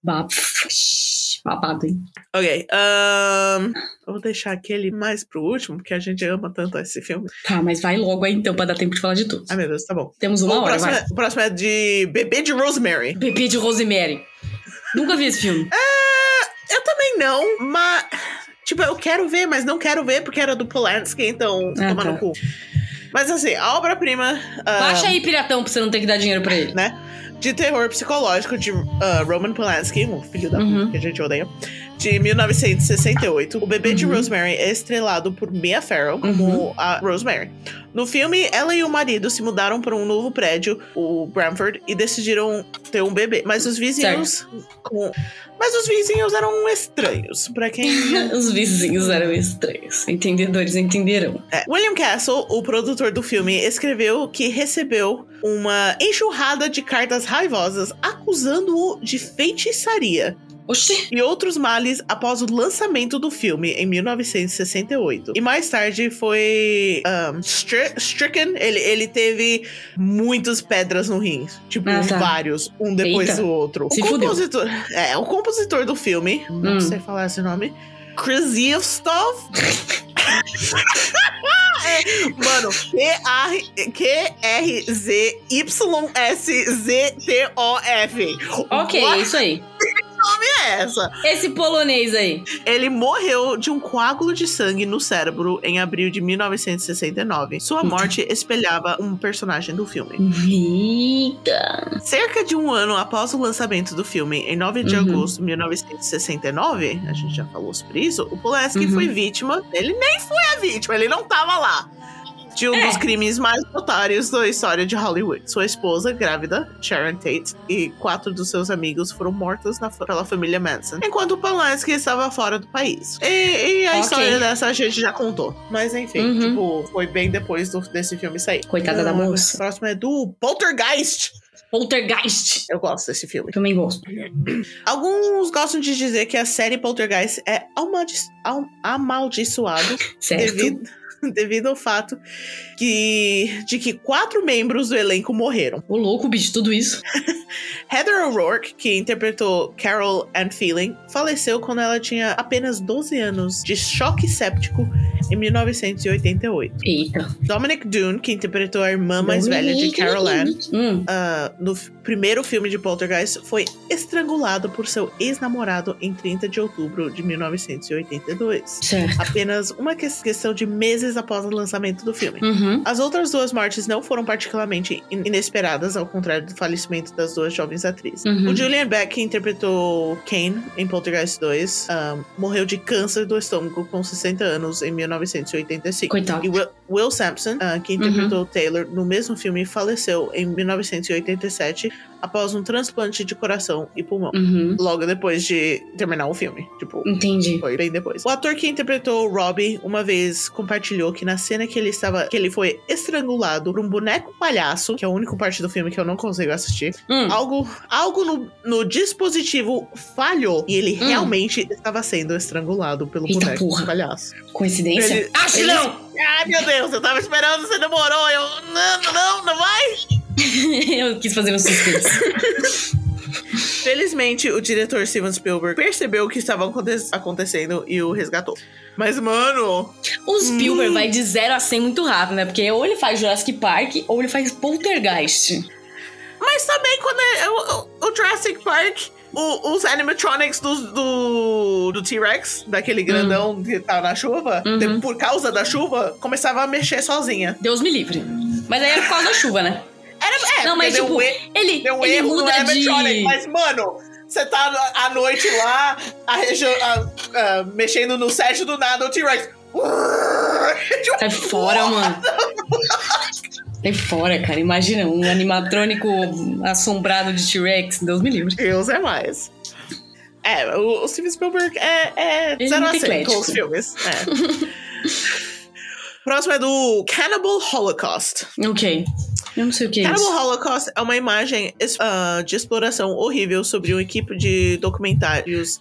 [SPEAKER 2] Bab- Shhh, Babado, hein?
[SPEAKER 1] ok. ahn, eu vou deixar aquele mais pro último, porque a gente ama tanto esse filme.
[SPEAKER 2] Tá, mas vai logo aí então pra dar tempo de falar de tudo.
[SPEAKER 1] Ai, meu Deus, tá bom.
[SPEAKER 2] Temos uma
[SPEAKER 1] o,
[SPEAKER 2] hora,
[SPEAKER 1] próximo
[SPEAKER 2] vai.
[SPEAKER 1] é, o próximo é de Bebê de Rosemary.
[SPEAKER 2] Bebê de Rosemary. Nunca vi esse filme.
[SPEAKER 1] É. Eu também não, mas. Tipo, eu quero ver, mas não quero ver porque era do Polanski, então
[SPEAKER 2] Ah,
[SPEAKER 1] toma
[SPEAKER 2] tá.
[SPEAKER 1] no cu. Mas assim, a obra-prima. ah,
[SPEAKER 2] Baixa aí, piratão, pra você não ter que dar dinheiro pra ele.
[SPEAKER 1] né? de terror psicológico de ah, Roman Polanski, um filho da puta
[SPEAKER 2] Uhum.
[SPEAKER 1] que a gente odeia, de 1968. O bebê de
[SPEAKER 2] Uhum.
[SPEAKER 1] Rosemary é estrelado por Mia Farrow como a Rosemary. No filme, ela e o marido se mudaram para um novo prédio, o Bramford, e decidiram ter um bebê. Mas os vizinhos. com- Mas os vizinhos eram estranhos, para quem não
[SPEAKER 2] Os vizinhos eram estranhos. Entendedores entenderão.
[SPEAKER 1] É. William Castle, o produtor do filme, escreveu que recebeu uma enxurrada de cartas raivosas acusando-o de feitiçaria
[SPEAKER 2] Oxi.
[SPEAKER 1] e outros males após o lançamento do filme em 1968. E mais tarde foi um, stri- stricken, ele, ele teve muitas pedras no rins, tipo
[SPEAKER 2] Ah, tá.
[SPEAKER 1] vários, um depois
[SPEAKER 2] Eita.
[SPEAKER 1] do outro. O
[SPEAKER 2] Se fudeu. Hum.
[SPEAKER 1] compositor, é, o compositor do filme, não sei falar esse nome, Chris Yevstov. Mano, Q-R-Z-Y-S-Z-T-O-F.
[SPEAKER 2] Ok,
[SPEAKER 1] What
[SPEAKER 2] isso aí.
[SPEAKER 1] é essa?
[SPEAKER 2] Esse polonês aí.
[SPEAKER 1] Ele morreu de um coágulo de sangue no cérebro em abril de 1969. Sua morte espelhava um personagem do filme.
[SPEAKER 2] Eita.
[SPEAKER 1] Cerca de um ano após o lançamento do filme, em 9 de
[SPEAKER 2] Uhum.
[SPEAKER 1] agosto de 1969, a gente já falou sobre isso, o Polanski
[SPEAKER 2] Uhum.
[SPEAKER 1] foi vítima. Ele nem foi a vítima, ele não tava lá. De um
[SPEAKER 2] É.
[SPEAKER 1] dos crimes mais notários da história de Hollywood. Sua esposa, grávida, Sharon Tate, e quatro dos seus amigos foram mortos na, pela família Manson, enquanto Polanski estava fora do país. E, e a
[SPEAKER 2] Ok.
[SPEAKER 1] história dessa a gente já contou. Mas enfim,
[SPEAKER 2] Uhum.
[SPEAKER 1] tipo, foi bem depois do- desse filme sair.
[SPEAKER 2] Coitada da
[SPEAKER 1] Ah,
[SPEAKER 2] moça.
[SPEAKER 1] O próximo é do Poltergeist.
[SPEAKER 2] Poltergeist.
[SPEAKER 1] Eu gosto desse filme.
[SPEAKER 2] Também gosto.
[SPEAKER 1] Alguns gostam de dizer que a série Poltergeist é amaldi- am- amaldiçoada
[SPEAKER 2] Certo.
[SPEAKER 1] devido, devido ao fato que, de que quatro membros do elenco morreram.
[SPEAKER 2] Ô louco, bicho, tudo isso.
[SPEAKER 1] Heather O'Rourke, que interpretou Carol and Feeling, faleceu quando ela tinha apenas 12 anos de choque séptico em 1988.
[SPEAKER 2] Eita.
[SPEAKER 1] Dominic Dune, que interpretou a irmã mais velha de Carol Ann,
[SPEAKER 2] Hum.
[SPEAKER 1] ah, no f- primeiro filme de Poltergeist, foi estrangulado por seu ex-namorado em 30 de outubro de 1982.
[SPEAKER 2] Certo.
[SPEAKER 1] Apenas uma que- questão de meses após o lançamento do filme.
[SPEAKER 2] Uhum.
[SPEAKER 1] As outras duas mortes não foram particularmente in- inesperadas, ao contrário do falecimento das duas jovens atrizes.
[SPEAKER 2] Uhum.
[SPEAKER 1] O Julian Beck, que interpretou Kane em Poltergeist 2, ah, morreu de câncer do estômago com 60 anos em 1985.
[SPEAKER 2] Coitado.
[SPEAKER 1] E Will, Will Sampson, ah,
[SPEAKER 2] Uhum.
[SPEAKER 1] que interpretou Taylor no mesmo filme, faleceu em 1987 após um transplante de coração e pulmão,
[SPEAKER 2] Uhum.
[SPEAKER 1] logo depois de terminar o filme. Tipo.
[SPEAKER 2] Entendi.
[SPEAKER 1] Foi bem depois. O ator que interpretou Robbie uma vez compartilhou que na cena que ele estava. que ele foi estrangulado por um boneco palhaço, que é a única parte do filme que eu não consigo assistir.
[SPEAKER 2] Hum.
[SPEAKER 1] Algo, algo no, no dispositivo falhou. E ele
[SPEAKER 2] Hum.
[SPEAKER 1] realmente estava sendo estrangulado pelo
[SPEAKER 2] Eita
[SPEAKER 1] boneco
[SPEAKER 2] porra.
[SPEAKER 1] palhaço.
[SPEAKER 2] Coincidência?
[SPEAKER 1] Ah. Ele-
[SPEAKER 2] Ah, Acho que
[SPEAKER 1] ele-
[SPEAKER 2] não!
[SPEAKER 1] Ai, meu Deus, eu tava esperando, você demorou. Eu. Não, não, não, não vai.
[SPEAKER 2] Eu quis fazer um suspense.
[SPEAKER 1] Felizmente, o diretor Steven Spielberg percebeu o que estava aconte- acontecendo e o resgatou. Mas, mano.
[SPEAKER 2] O Spielberg vai de 0 a 100 muito rápido, né? Porque ou ele faz Jurassic Park ou ele faz Poltergeist.
[SPEAKER 1] Mas também quando é- o, o- o Jurassic Park. o- os animatronics do, do, do T-Rex, daquele grandão que tá na chuva,
[SPEAKER 2] Uhum.
[SPEAKER 1] de- por causa da chuva, começava a mexer sozinha.
[SPEAKER 2] Deus me livre. Mas aí é por causa da chuva, né?
[SPEAKER 1] É,
[SPEAKER 2] Não,
[SPEAKER 1] porque
[SPEAKER 2] mas,
[SPEAKER 1] deu
[SPEAKER 2] tipo,
[SPEAKER 1] um, er-
[SPEAKER 2] Ele,
[SPEAKER 1] deu um
[SPEAKER 2] ele
[SPEAKER 1] erro no
[SPEAKER 2] muda de...
[SPEAKER 1] animatronic, mas, mano, Você tá à noite lá, a região, a- a- mexendo no set do nada, o T-Rex.
[SPEAKER 2] Sai fora, mano. Sai fora, cara. Imagina um animatrônico assombrado de T-Rex. Deus me livre.
[SPEAKER 1] Deus é mais. É, o, o Steven Spielberg é, é
[SPEAKER 2] Ele
[SPEAKER 1] zero
[SPEAKER 2] é
[SPEAKER 1] a
[SPEAKER 2] muito
[SPEAKER 1] cem com os
[SPEAKER 2] eclético.
[SPEAKER 1] filmes. É. Próximo é do Cannibal Holocaust.
[SPEAKER 2] Ok. Eu não sei o que é
[SPEAKER 1] Cannibal
[SPEAKER 2] isso.
[SPEAKER 1] Holocaust é uma imagem es- ah, de exploração horrível sobre uma equipe de documentários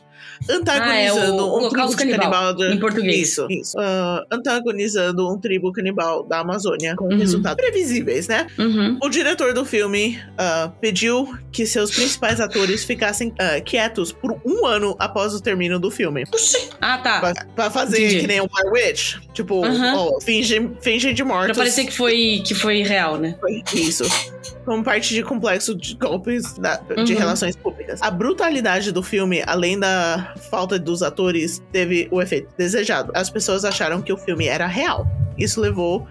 [SPEAKER 1] antagonizando
[SPEAKER 2] Ah, é o
[SPEAKER 1] um
[SPEAKER 2] Holocausto
[SPEAKER 1] tribo de canibal.
[SPEAKER 2] Canibal,
[SPEAKER 1] do-
[SPEAKER 2] em português.
[SPEAKER 1] Isso, isso. Ah, antagonizando um tribo canibal da Amazônia, com
[SPEAKER 2] Uhum.
[SPEAKER 1] resultados previsíveis, né?
[SPEAKER 2] Uhum.
[SPEAKER 1] O diretor do filme ah, pediu que seus principais atores ficassem ah, quietos por um ano após o término do filme.
[SPEAKER 2] Ah,
[SPEAKER 1] Pra,
[SPEAKER 2] tá.
[SPEAKER 1] pra fazer
[SPEAKER 2] Entendi.
[SPEAKER 1] que nem o Blair Witch. Tipo,
[SPEAKER 2] Aham.
[SPEAKER 1] ó, finge, finge de
[SPEAKER 2] Pra
[SPEAKER 1] mortos.
[SPEAKER 2] parecer que foi, que foi real, né?
[SPEAKER 1] Foi Isso. Como parte de complexo de golpes da- de
[SPEAKER 2] Uhum.
[SPEAKER 1] relações públicas. A brutalidade do filme, além da falta dos atores, teve o efeito desejado. As pessoas acharam que o filme era real. Isso levou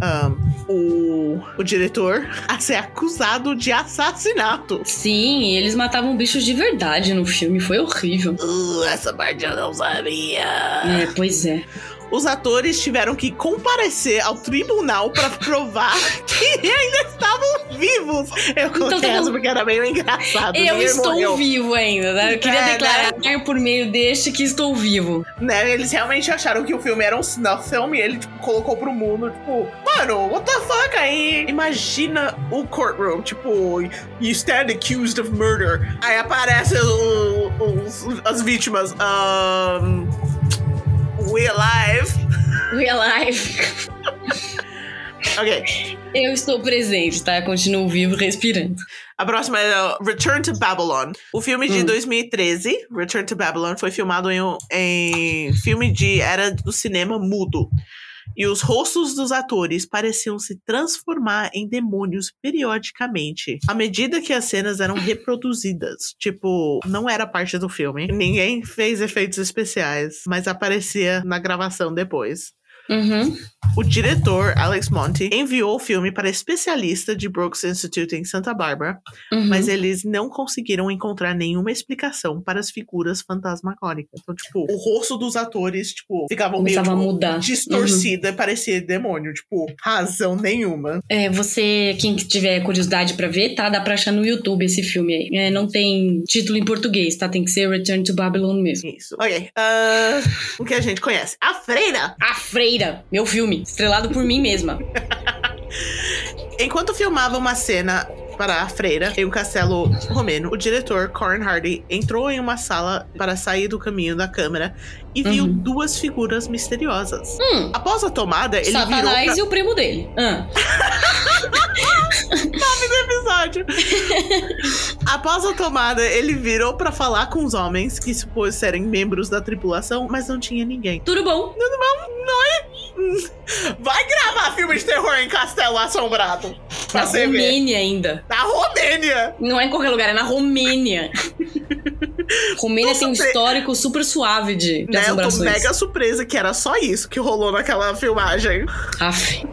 [SPEAKER 1] ahn, o, o diretor a ser acusado de assassinato.
[SPEAKER 2] Sim, eles matavam bichos de verdade no filme. Foi horrível.
[SPEAKER 1] Uh, essa parte eu não sabia.
[SPEAKER 2] É, pois é.
[SPEAKER 1] Os atores tiveram que comparecer ao tribunal pra provar que ainda estavam vivos. Eu
[SPEAKER 2] Então, tá
[SPEAKER 1] confesso
[SPEAKER 2] bom.
[SPEAKER 1] porque era meio engraçado.
[SPEAKER 2] Eu
[SPEAKER 1] Ninguém
[SPEAKER 2] estou
[SPEAKER 1] morreu.
[SPEAKER 2] vivo ainda, né? Eu queria
[SPEAKER 1] É, né?
[SPEAKER 2] declarar por meio deste que estou vivo.
[SPEAKER 1] Né, eles realmente acharam que o filme era um snuff film e ele tipo, colocou pro mundo, tipo, mano, what the fuck? Aí imagina o courtroom, tipo, you stand accused of murder. Aí aparecem o- os- as vítimas. Um, we alive.
[SPEAKER 2] Real life.
[SPEAKER 1] Ok.
[SPEAKER 2] Eu estou presente, tá? Continuo vivo, respirando.
[SPEAKER 1] A próxima é uh, Return to Babylon. O filme de
[SPEAKER 2] Hum.
[SPEAKER 1] 2013, Return to Babylon, foi filmado em, um- em filme de era do cinema mudo. E os rostos dos atores pareciam se transformar em demônios periodicamente, à medida que as cenas eram reproduzidas. Tipo, não era parte do filme. Ninguém fez efeitos especiais, mas aparecia na gravação depois.
[SPEAKER 2] Uhum.
[SPEAKER 1] O diretor, Alex Monte, enviou o filme para especialista de Brooks Institute em Santa Bárbara,
[SPEAKER 2] uhum.
[SPEAKER 1] mas eles não conseguiram encontrar nenhuma explicação para as figuras fantasmagóricas. Então, tipo, o rosto dos atores, tipo, ficava meio
[SPEAKER 2] Começava a
[SPEAKER 1] tipo,
[SPEAKER 2] mudar. Uhum.
[SPEAKER 1] distorcida, parecia demônio, tipo, razão nenhuma.
[SPEAKER 2] É, você, quem tiver curiosidade pra ver, tá? Dá pra achar no YouTube esse filme aí. É, não tem título em português, tá? Tem que ser Return to Babylon mesmo.
[SPEAKER 1] Isso. Ok. ah, o que a gente conhece? A Freira!
[SPEAKER 2] A Freira, meu filme, estrelado por mim mesma.
[SPEAKER 1] Enquanto filmava uma cena para a freira em um castelo romeno, o diretor Corin Hardy entrou em uma sala para sair do caminho da câmera e viu
[SPEAKER 2] Uhum.
[SPEAKER 1] duas figuras misteriosas.
[SPEAKER 2] Hum,
[SPEAKER 1] Após a tomada, ele virou
[SPEAKER 2] Satanás
[SPEAKER 1] pra-
[SPEAKER 2] e o primo dele. Ah,
[SPEAKER 1] episódio. Após a tomada, ele virou pra falar com os homens que supôs serem membros da tripulação, mas não tinha ninguém.
[SPEAKER 2] tudo bom?
[SPEAKER 1] Vai gravar filme de terror em Castelo Assombrado.
[SPEAKER 2] Na
[SPEAKER 1] Pra você ver.
[SPEAKER 2] Romênia ainda.
[SPEAKER 1] Na Romênia.
[SPEAKER 2] Não é em qualquer lugar, é na Romênia. Romênia tem um
[SPEAKER 1] super-
[SPEAKER 2] histórico super suave de, de
[SPEAKER 1] Né? Eu tô
[SPEAKER 2] assombrações.
[SPEAKER 1] mega surpresa que era só isso que rolou naquela filmagem.
[SPEAKER 2] Aff,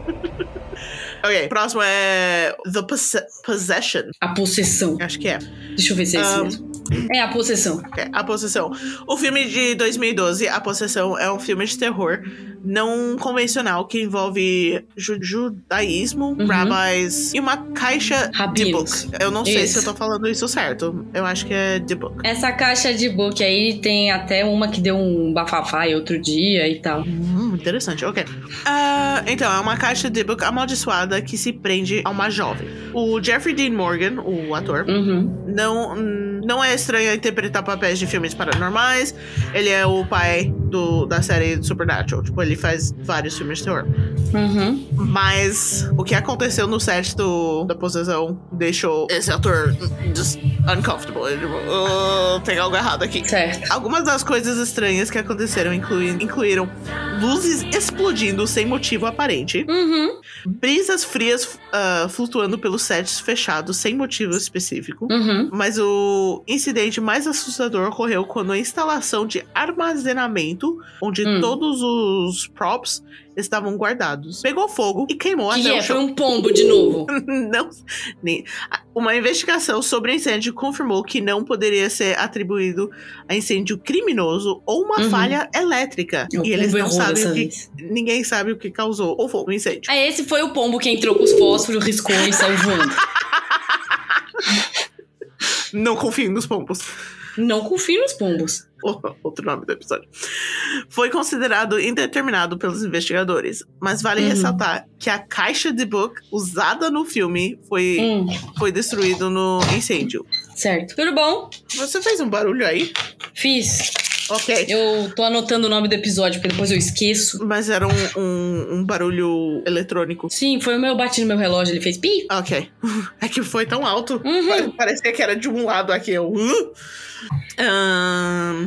[SPEAKER 1] Ok, próximo é The Posse- Possession.
[SPEAKER 2] a possessão.
[SPEAKER 1] Acho que é.
[SPEAKER 2] Deixa eu ver se é esse
[SPEAKER 1] Ah.
[SPEAKER 2] mesmo. É a possessão.
[SPEAKER 1] É, A Possessão. O filme de 2012, A Possessão, é um filme de terror não convencional que envolve ju- judaísmo,
[SPEAKER 2] Uhum.
[SPEAKER 1] rabbis e uma caixa de
[SPEAKER 2] Rabinos.
[SPEAKER 1] book. Eu não sei
[SPEAKER 2] Isso.
[SPEAKER 1] se eu tô falando isso certo. Eu acho que é de book.
[SPEAKER 2] Essa caixa de book aí tem até uma que deu um bafafai outro dia e tal.
[SPEAKER 1] Hum, interessante, ok. Ah, então, é uma caixa de book amaldiçoada que se prende a uma jovem. O Jeffrey Dean Morgan, o ator,
[SPEAKER 2] Uhum.
[SPEAKER 1] não, hum, não é estranho interpretar papéis de filmes paranormais. Ele é o pai do, da série Supernatural. Tipo, ele faz vários filmes de terror.
[SPEAKER 2] Uhum.
[SPEAKER 1] Mas o que aconteceu no set do, da possessão deixou esse ator just uncomfortable. Ele, tipo, "Ah, tem algo errado aqui.
[SPEAKER 2] Certo.
[SPEAKER 1] Algumas das coisas estranhas que aconteceram inclui, incluíram luzes explodindo sem motivo aparente,
[SPEAKER 2] Uhum.
[SPEAKER 1] brisas frias ah, flutuando pelos sets fechados sem motivo específico.
[SPEAKER 2] Uhum.
[SPEAKER 1] Mas o incidente mais assustador ocorreu quando a instalação de armazenamento quarto onde
[SPEAKER 2] Hum.
[SPEAKER 1] todos os props estavam guardados. Pegou fogo e queimou
[SPEAKER 2] que
[SPEAKER 1] até
[SPEAKER 2] é?
[SPEAKER 1] o
[SPEAKER 2] Foi
[SPEAKER 1] chão.
[SPEAKER 2] um pombo de novo.
[SPEAKER 1] Não, nem- uma investigação sobre o incêndio confirmou que não poderia ser atribuído a incêndio criminoso ou uma
[SPEAKER 2] Uhum.
[SPEAKER 1] falha elétrica. e eles
[SPEAKER 2] pombo
[SPEAKER 1] não
[SPEAKER 2] errou
[SPEAKER 1] sabem
[SPEAKER 2] dessa
[SPEAKER 1] o que.
[SPEAKER 2] vez.
[SPEAKER 1] Ninguém sabe o que causou o fogo, o incêndio.
[SPEAKER 2] Ah, esse foi o pombo que entrou com os fósforos, riscou e saiu voando.
[SPEAKER 1] Não confio nos pompos.
[SPEAKER 2] Não confio nos pombos.
[SPEAKER 1] outro nome do episódio, foi considerado indeterminado pelos investigadores. Mas vale
[SPEAKER 2] Uhum.
[SPEAKER 1] ressaltar que a caixa de book usada no filme foi,
[SPEAKER 2] Hum,
[SPEAKER 1] foi destruída no incêndio.
[SPEAKER 2] certo. Tudo bom?
[SPEAKER 1] Você fez um barulho aí?
[SPEAKER 2] Fiz.
[SPEAKER 1] Ok.
[SPEAKER 2] Eu tô anotando o nome do episódio, porque depois eu esqueço.
[SPEAKER 1] Mas era um, um, um barulho eletrônico.
[SPEAKER 2] Sim, foi o meu bati no meu relógio, ele fez pi.
[SPEAKER 1] Ok. É que foi tão alto.
[SPEAKER 2] Uhum.
[SPEAKER 1] Parecia que era de um lado aqui. Eu, "Hã?" Ahn,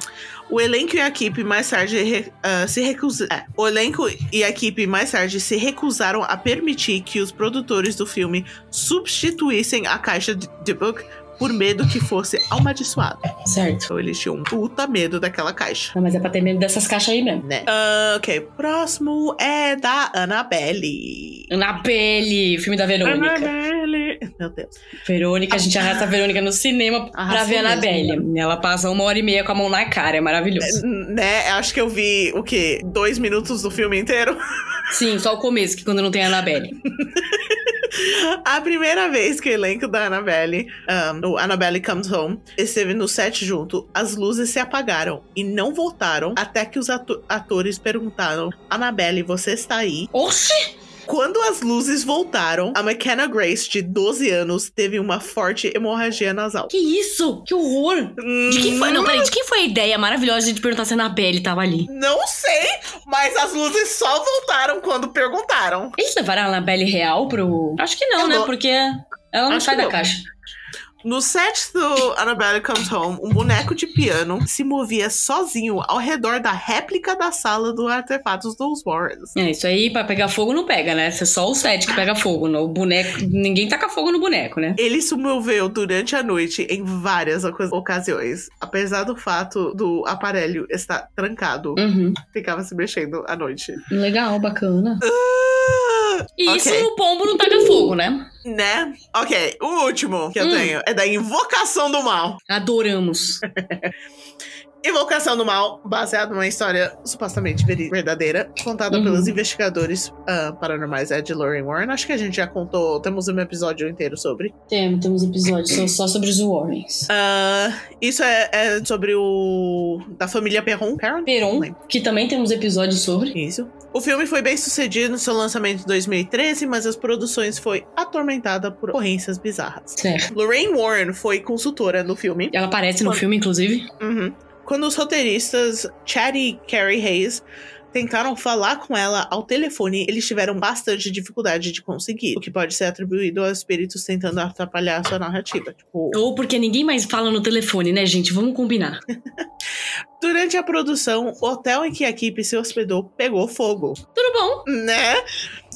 [SPEAKER 1] o elenco e a equipe mais tarde re- ah, se recusaram. o elenco e a equipe mais tarde se recusaram a permitir que os produtores do filme substituíssem a caixa de, de book por medo que fosse amaldiçoada.
[SPEAKER 2] Certo.
[SPEAKER 1] Então eles tinham um puta medo daquela caixa.
[SPEAKER 2] Ah, mas é pra ter medo dessas caixas aí mesmo.
[SPEAKER 1] Né? Ah, ok, próximo é da Annabelle.
[SPEAKER 2] Na pele, filme da
[SPEAKER 1] Ah, é
[SPEAKER 2] Verônica.
[SPEAKER 1] Annabelle. Meu Deus.
[SPEAKER 2] Verônica, a gente arrasta a Verônica no cinema pra
[SPEAKER 1] Arrasou
[SPEAKER 2] ver a
[SPEAKER 1] mesmo,
[SPEAKER 2] Anabelle. Ela passa uma hora e meia com a mão na cara, é maravilhoso.
[SPEAKER 1] Né? Acho que eu vi o quê? Dois minutos do filme inteiro.
[SPEAKER 2] Sim, só o começo, que quando não tem a Anabelle.
[SPEAKER 1] A primeira vez que o elenco da Annabelle, ahn, o Annabelle Comes Home, esteve no set junto, as luzes se apagaram e não voltaram até que os atu- atores perguntaram: Annabelle, você está aí?
[SPEAKER 2] Oxi!
[SPEAKER 1] Quando as luzes voltaram, a McKenna Grace, de 12 anos, teve uma forte hemorragia nasal.
[SPEAKER 2] Que isso? Que horror! De quem foi? Não, peraí, de quem foi a ideia maravilhosa de perguntar se a Anabelle tava ali?
[SPEAKER 1] Não sei, mas as luzes só voltaram quando perguntaram.
[SPEAKER 2] Eles levaram a Anabelle real pro. Acho que não,
[SPEAKER 1] Eu
[SPEAKER 2] né?
[SPEAKER 1] não-
[SPEAKER 2] Porque ela não
[SPEAKER 1] Acho
[SPEAKER 2] sai
[SPEAKER 1] que
[SPEAKER 2] da
[SPEAKER 1] não.
[SPEAKER 2] caixa.
[SPEAKER 1] No set do Annabelle Comes Home, um boneco de piano se movia sozinho ao redor da réplica da sala do Artefatos dos Warrens.
[SPEAKER 2] É, isso aí pra pegar fogo não pega, né? Isso é só o set que pega fogo. No boneco. Ninguém taca fogo no boneco, né?
[SPEAKER 1] Ele se moveu durante a noite em várias oca- ocasiões. Apesar do fato do aparelho estar trancado,
[SPEAKER 2] Uhum.
[SPEAKER 1] ficava se mexendo à noite.
[SPEAKER 2] Legal, bacana. E
[SPEAKER 1] Ok.
[SPEAKER 2] isso no pombo não taca fogo, né?
[SPEAKER 1] Né? Ok, o último que eu
[SPEAKER 2] Hum.
[SPEAKER 1] tenho é da Invocação do Mal.
[SPEAKER 2] Adoramos.
[SPEAKER 1] Invocação do Mal, baseado numa história supostamente veri- verdadeira, contada
[SPEAKER 2] Uhum.
[SPEAKER 1] pelos investigadores ah, paranormais Ed e Lauren Warren. Acho que a gente já contou, temos um episódio inteiro sobre.
[SPEAKER 2] Temos, temos episódios só- só sobre os Warrens.
[SPEAKER 1] Ah, isso é, é sobre o. da família Perron. Perron?
[SPEAKER 2] Peron,
[SPEAKER 1] lembro.
[SPEAKER 2] que também temos episódios sobre.
[SPEAKER 1] Isso. O filme foi bem sucedido no seu lançamento em 2013, mas as produções foi atormentada por ocorrências bizarras.
[SPEAKER 2] Certo.
[SPEAKER 1] Lorraine Warren foi consultora no filme.
[SPEAKER 2] Ela aparece no filme, inclusive.
[SPEAKER 1] Uhum. Quando os roteiristas Chad e Carrie Hayes tentaram falar com ela ao telefone, eles tiveram bastante dificuldade de conseguir, o que pode ser atribuído a espíritos tentando atrapalhar a sua narrativa. Tipo,
[SPEAKER 2] Ou porque ninguém mais fala no telefone, né, gente? Vamos combinar.
[SPEAKER 1] durante a produção, o hotel em que a equipe se hospedou pegou fogo,
[SPEAKER 2] Tudo bom?
[SPEAKER 1] né?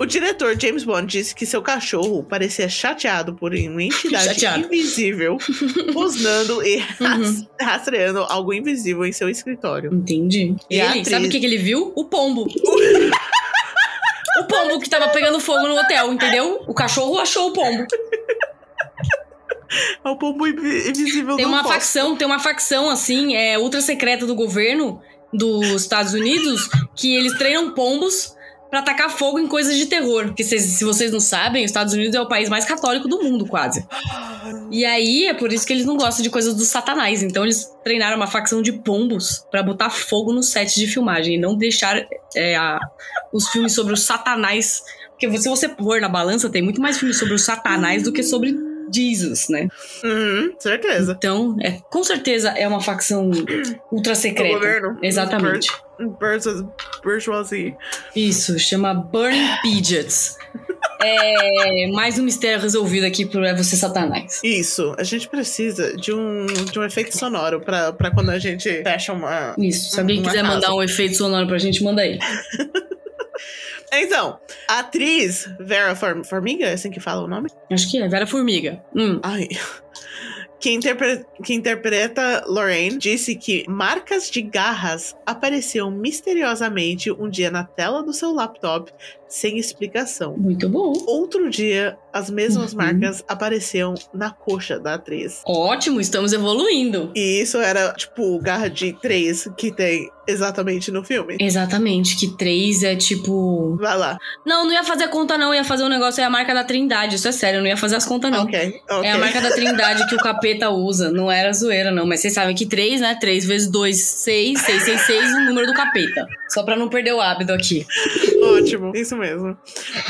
[SPEAKER 1] O diretor James Bond disse que seu cachorro parecia chateado por uma entidade
[SPEAKER 2] Chateado.
[SPEAKER 1] invisível posando e
[SPEAKER 2] Uhum.
[SPEAKER 1] rastreando algo invisível em seu escritório.
[SPEAKER 2] Entendi.
[SPEAKER 1] E a
[SPEAKER 2] ele,
[SPEAKER 1] atriz?
[SPEAKER 2] sabe o que, que ele viu? O pombo. o pombo que tava pegando fogo no hotel, entendeu? O cachorro achou o pombo.
[SPEAKER 1] É o pombo invi- invisível
[SPEAKER 2] Tem
[SPEAKER 1] do
[SPEAKER 2] uma
[SPEAKER 1] foco.
[SPEAKER 2] facção, tem uma facção assim, é ultra secreta do governo dos Estados Unidos, que eles treinam pombos pra atacar fogo em coisas de terror. Porque se, se vocês não sabem, os Estados Unidos é o país mais católico do mundo, quase. E aí é por isso que eles não gostam de coisas dos satanás. Então eles treinaram uma facção de pombos pra botar fogo no set de filmagem e não deixar é, a- os filmes sobre os satanás. Porque se você pôr na balança, tem muito mais filmes sobre os satanás do que sobre Jesus, né?
[SPEAKER 1] Uhum, certeza.
[SPEAKER 2] Então, é, com certeza é uma facção ultra
[SPEAKER 1] O
[SPEAKER 2] secreta.
[SPEAKER 1] governo. Um
[SPEAKER 2] Exatamente.
[SPEAKER 1] Versus bourgeoisie.
[SPEAKER 2] Isso, chama Burning Pigeons. É mais um mistério resolvido aqui por É Você Satanás.
[SPEAKER 1] Isso, a gente precisa de um, de um efeito sonoro pra, pra quando a gente fecha uma.
[SPEAKER 2] Isso, se alguém
[SPEAKER 1] Uma
[SPEAKER 2] quiser
[SPEAKER 1] casa.
[SPEAKER 2] mandar um efeito sonoro pra gente, manda aí.
[SPEAKER 1] Então, a atriz Vera Farm Formiga, é assim que fala o nome?
[SPEAKER 2] Acho que é Vera Formiga. Hum,
[SPEAKER 1] Ai. que, interpre- que interpreta Lorraine, disse que marcas de garras apareciam misteriosamente um dia na tela do seu laptop sem explicação.
[SPEAKER 2] Muito bom.
[SPEAKER 1] Outro dia, as mesmas
[SPEAKER 2] Uhum.
[SPEAKER 1] marcas apareciam na coxa da atriz.
[SPEAKER 2] Ótimo, estamos evoluindo.
[SPEAKER 1] E isso era, tipo, garra de três que tem exatamente no filme.
[SPEAKER 2] Exatamente, que três é tipo.
[SPEAKER 1] Vai lá.
[SPEAKER 2] Não, não ia fazer conta, não. Ia fazer um negócio, é a marca da Trindade. Isso é sério, não ia fazer as contas, não.
[SPEAKER 1] Ok, ok.
[SPEAKER 2] É a marca da Trindade que o capeta usa. Não era zoeira, não. Mas vocês sabem que 3, né? 3 vezes 2, 6, 6, 6, 6, o número do capeta. Só pra não perder o hábito aqui.
[SPEAKER 1] Ótimo, isso mesmo.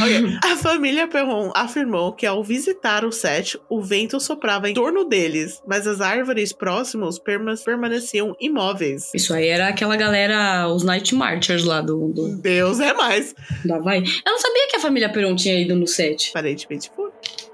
[SPEAKER 1] Ok. A família Perron afirmou que ao visitar o set, o vento soprava em torno deles, mas as árvores próximas perma- permaneciam imóveis.
[SPEAKER 2] Isso aí era aquela galera, os Night Marchers lá do, do,
[SPEAKER 1] Deus é mais.
[SPEAKER 2] do Havaí. Eu não sabia que a família Peron tinha ido no set.
[SPEAKER 1] Aparentemente foi.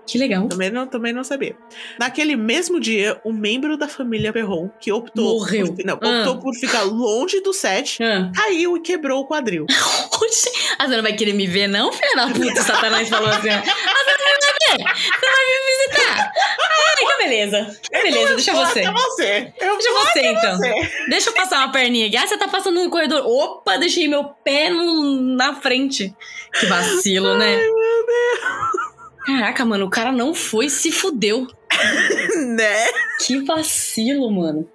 [SPEAKER 2] Que legal.
[SPEAKER 1] Também não, também não sabia. Naquele mesmo dia, um membro da família Perron, que optou,
[SPEAKER 2] Morreu.
[SPEAKER 1] Por, não,
[SPEAKER 2] Ah.
[SPEAKER 1] optou por ficar longe do set,
[SPEAKER 2] Ah.
[SPEAKER 1] caiu e quebrou o quadril.
[SPEAKER 2] Oxi. Ah, você não vai querer me ver, não, filha da puta? O Satanás falou assim. ó. Ah, você não vai me ver? Você não vai me visitar? Ai, então beleza. Então beleza, deixa você.
[SPEAKER 1] Até Ah, tá você. Eu
[SPEAKER 2] Deixa você, então.
[SPEAKER 1] é você.
[SPEAKER 2] Deixa eu passar uma perninha aqui. Ah, você tá passando no corredor. Opa, deixei meu pé no- na frente. Que vacilo, né? Caraca, mano, o cara não foi, se fudeu.
[SPEAKER 1] Né?
[SPEAKER 2] Que vacilo, mano.